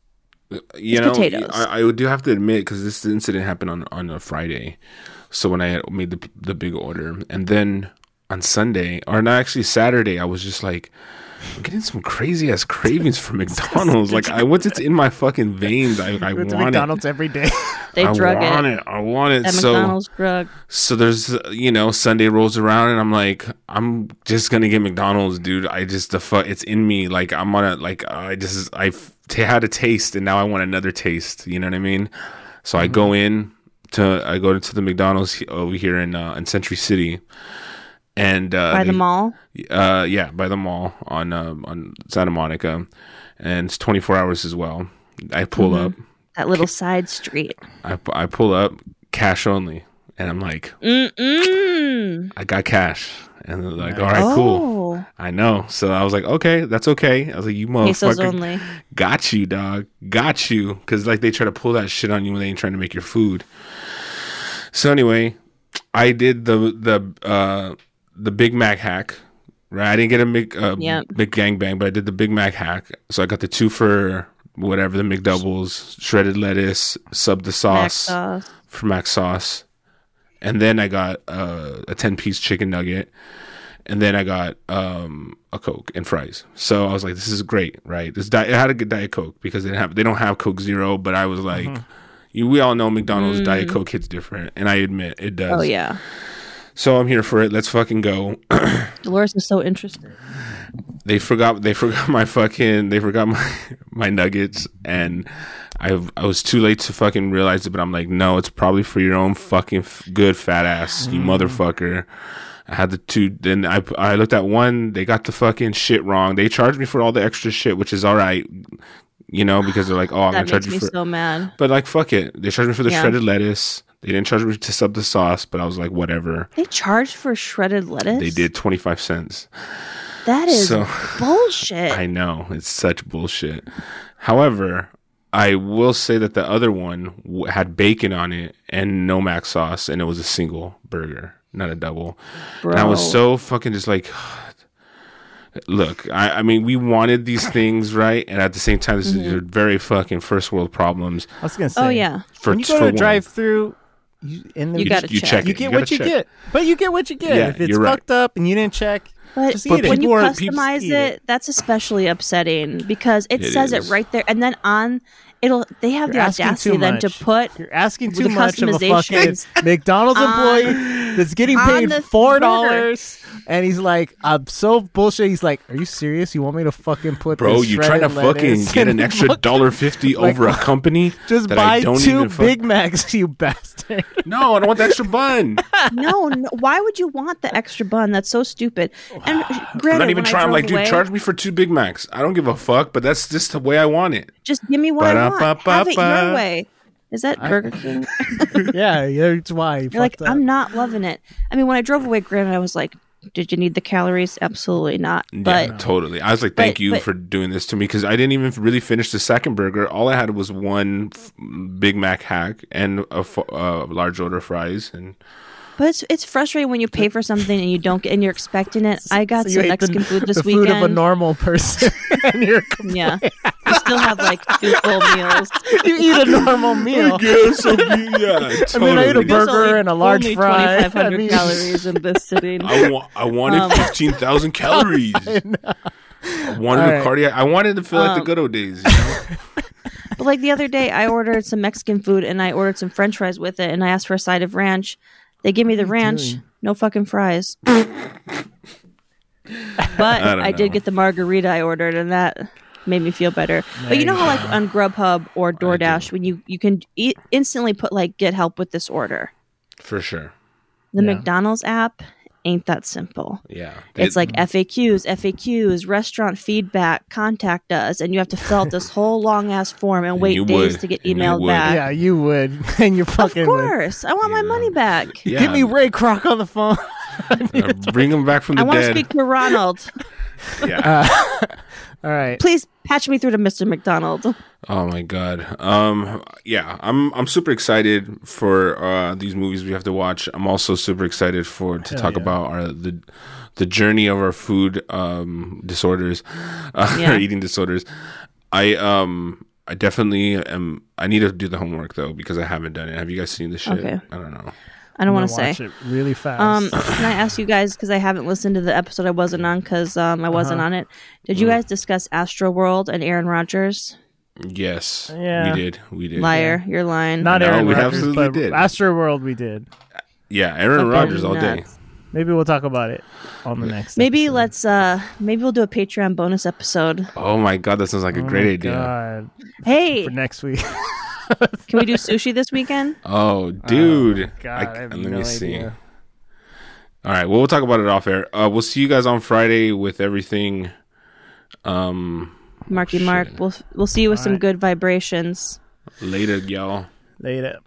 S1: you
S3: It's
S1: know,
S3: potatoes.
S1: I, I do have to admit because this incident happened on on a Friday, so when I had made the the big order, and then on Sunday or not actually Saturday, I was just like. I'm getting some crazy ass cravings
S3: (laughs)
S1: for McDonald's. Like I what's it's in my fucking veins. I, I
S2: (laughs) Go to
S1: want it.
S2: McDonald's every day. (laughs)
S3: They
S1: I
S3: drug
S1: want
S3: it.
S1: it. I want it.
S3: At
S1: so
S3: McDonald's drug.
S1: so there's uh, you know Sunday rolls around and I'm like I'm just gonna get McDonald's, dude. I just the fuck it's in me. Like I'm gonna like I just I t- had a taste and now I want another taste. You know what I mean? So I
S3: Mm-hmm.
S1: go in to I go to the McDonald's he- over here in uh, in Century City, and uh,
S3: By the
S1: they-
S3: mall.
S1: uh, yeah, by the mall on uh, on Santa Monica, and it's 24 hours as well. I pull up.
S3: That little side street.
S1: I, pu- I pull up cash only, and I'm like,
S3: Mm-mm.
S1: I got cash, and they're like, all right, cool.
S3: Oh.
S1: I know. So I was like, okay, that's okay. I was like, you
S3: Pesos
S1: motherfucker,
S3: only.
S1: got you, dog, got you, because like they try to pull that shit on you when they ain't trying to make your food. So anyway, I did the the uh the Big Mac hack. Right, I didn't get a Mc, uh,
S3: Yep.
S1: Mc gangbang, but I did the Big Mac hack. So I got the two for whatever the McDoubles, shredded lettuce, sub the
S3: Mac
S1: sauce
S3: sauce.
S1: for mac sauce and then i got uh, a 10 piece chicken nugget and then i got um, a coke and fries so i was like this is great right this diet i had a good diet coke because they didn't have they don't have coke zero but i was like
S3: Mm-hmm.
S1: you, we all know mcdonald's diet coke hits different and i admit it does
S3: Mm. Oh yeah.
S1: so i'm here for it let's fucking go
S3: Dolores is so interested.
S1: they forgot they forgot (laughs) my fucking they forgot my (laughs) my nuggets and I I was too late to fucking realize it but I'm like no it's probably for your own fucking f- good fat ass you
S3: Mm-hmm.
S1: motherfucker I had the two then I I looked at one they got the fucking shit wrong they charged me for all the extra shit which is all right you know because they're like oh I'm gonna
S3: That
S1: charge
S3: makes
S1: you
S3: me
S1: for
S3: so mad.
S1: but like fuck it they charged me for the
S3: Yeah.
S1: shredded lettuce they didn't charge me to sub the sauce but I was like whatever
S3: They charge for shredded lettuce.
S1: they did 25 cents
S3: That is
S1: So- (laughs)
S3: bullshit.
S1: I know it's such bullshit. However, I will say that the other one w- had bacon on it and no mac sauce, and it was a single burger, not a double. And I was so fucking just like, (sighs) look, I, I mean, we wanted these things, right? And at the same time, this
S3: Mm-hmm.
S1: is very fucking first world problems.
S2: I was gonna say.
S3: oh yeah.
S1: For
S2: when you go
S1: for
S2: to a
S1: one.
S2: drive-through, you, in the
S3: You
S1: you,
S3: gotta
S1: you
S3: check.
S1: check.
S2: you
S1: it.
S2: get
S1: gotta
S2: what you
S1: check.
S2: get, but you get what you get.
S1: Yeah,
S2: if it's
S1: you're right.
S2: fucked up and you didn't check,
S3: But
S2: just eat it.
S3: when you
S2: People are- people just eat
S3: customize
S2: it.
S3: it, that's especially upsetting because it,
S1: It
S3: says
S1: is.
S3: it right there, and then on it'll they have
S2: You're
S3: the
S2: asking
S3: audacity
S2: too
S3: then to
S2: much.
S3: put
S2: you're asking
S3: with
S2: too
S3: the
S2: much of a fucking
S3: customizations
S2: (laughs) McDonald's
S3: on-
S2: employee that's getting
S3: on
S2: paid
S3: the
S2: four dollars, and he's like, "I'm so bullshit." He's like, "Are you serious? You want me to fucking put
S1: Bro,
S2: this
S1: you trying to
S2: shredded
S1: fucking
S2: lettuce
S1: get
S2: in
S1: an
S2: (laughs)
S1: extra
S2: fucking-
S1: dollar
S3: (laughs)
S1: fifty
S2: Like,
S1: over a company?
S2: Just
S1: that I
S2: buy
S1: don't
S2: two
S1: even fuck-
S2: Big Macs, (laughs) you
S1: (laughs)
S2: bastard."
S1: No, I don't want the extra
S3: (laughs)
S1: bun.
S3: no, no. Why would you want the extra bun? That's so stupid.
S2: Oh, (sighs)
S3: And granted,
S1: I'm not even
S3: when I
S1: trying. I'm
S3: drove
S1: like, dude,
S3: away,
S1: charge me for two Big Macs. I don't give a fuck, but that's just the way I want it.
S3: Just give me what I want.
S1: Ba-da-ba-ba-ba.
S3: Have it your way. Is that Burger
S2: (laughs)
S3: King?
S2: yeah, yeah, that's why. you
S3: You're like,
S2: fucked up.
S3: I'm not loving it. I mean, when I drove away, granted, I was like, did you need the calories? Absolutely not. But
S1: yeah, totally. I was like, thank
S3: but-
S1: you
S3: but-
S1: for doing this to me because I didn't even really finish the second burger. All I had was one f- Big Mac hack and a f- uh, large order of fries. And
S3: but it's it's frustrating when you pay for something and you don't get and you're expecting it. I got
S2: (laughs) So you
S3: some
S2: ate
S3: Mexican
S2: (laughs) the,
S3: food this
S2: the food
S3: weekend.
S2: of a normal person, (laughs) and you're
S3: yeah, I still have like two full meals.
S2: (laughs) you eat a normal meal.
S1: (laughs) yeah, so yeah,
S2: Oh. (laughs) And then I ate a
S1: totally.
S2: burger and a large
S3: Only
S2: fry. (laughs) I
S3: 2,500
S2: mean,
S3: calories in this sitting.
S1: I, wa- I wanted
S3: Um, (laughs)
S1: fifteen thousand calories. I, wanted
S2: All
S1: a
S2: right.
S1: cardiac. I wanted to feel
S3: Um,
S1: like the good old days. You know?
S3: But like the other day, I ordered some Mexican food and I ordered some French fries with it, and I asked for a side of ranch. They give me the ranch, no fucking
S2: (laughs)
S3: fries. but
S1: don't
S3: I,
S1: know.
S3: did get the margarita I ordered, and that made me feel better. But you know how like on Grubhub or DoorDash, when you you can e- instantly put like get help with this order.
S1: for sure.
S3: The
S2: Yeah.
S3: McDonald's app ain't that simple.
S1: Yeah,
S3: It's
S1: It-
S3: like FAQs, FAQs, restaurant feedback, contact us, and you have to fill out this whole long ass form and wait
S1: you
S3: days
S1: would,
S3: to get
S1: and you
S3: emailed
S1: would.
S3: back.
S2: yeah, you would, (laughs) and you fucking
S3: Of
S2: would.
S3: course, I want my money back.
S1: yeah,
S2: Give me Ray Kroc on the phone.
S1: uh, bring them back from the
S3: I want to
S1: dead.
S3: speak to Ronald.
S1: yeah.
S2: (laughs) All right.
S3: Please patch me through to Mr. McDonald.
S1: Oh my god. Um yeah, I'm I'm super excited for uh these movies we have to watch. I'm also super excited for to talk about our the the journey of our food um disorders, uh, (laughs)
S3: Yeah.
S1: our eating disorders. I um I definitely am I need to do the homework though because I haven't done it. Have you guys seen this shit?
S3: Okay.
S1: I don't know.
S3: I don't want to say.
S2: it really fast.
S3: Um, can I ask you guys because I haven't listened to the episode I wasn't on because um, I
S2: Uh-huh.
S3: wasn't on it. Did you
S1: Mm.
S3: guys discuss Astro World and Aaron Rodgers?
S1: Yes.
S2: Yeah.
S1: We did. We did.
S3: Liar, you're lying.
S2: Not
S1: no,
S2: Aaron
S1: we
S2: Rodgers,
S1: absolutely
S2: but
S1: did.
S2: Astro World. We did.
S1: Yeah, Aaron
S3: Fucking
S1: Rodgers all day.
S3: nuts.
S2: Maybe we'll talk about it on the next.
S3: Maybe
S2: episode.
S3: let's uh maybe we'll do a Patreon bonus episode.
S1: Oh my god, that sounds like a great
S2: Oh
S1: idea.
S2: my God.
S3: Hey,
S2: for next week.
S3: can we do sushi this weekend?
S1: Oh, dude.
S2: God, I have no idea.
S1: All right. Well, we'll talk about it off air. Uh, we'll see you guys on Friday with everything. Um,
S3: Marky Mark, we'll we'll see you with some
S2: Alright.
S3: good vibrations.
S1: later, y'all.
S2: Later.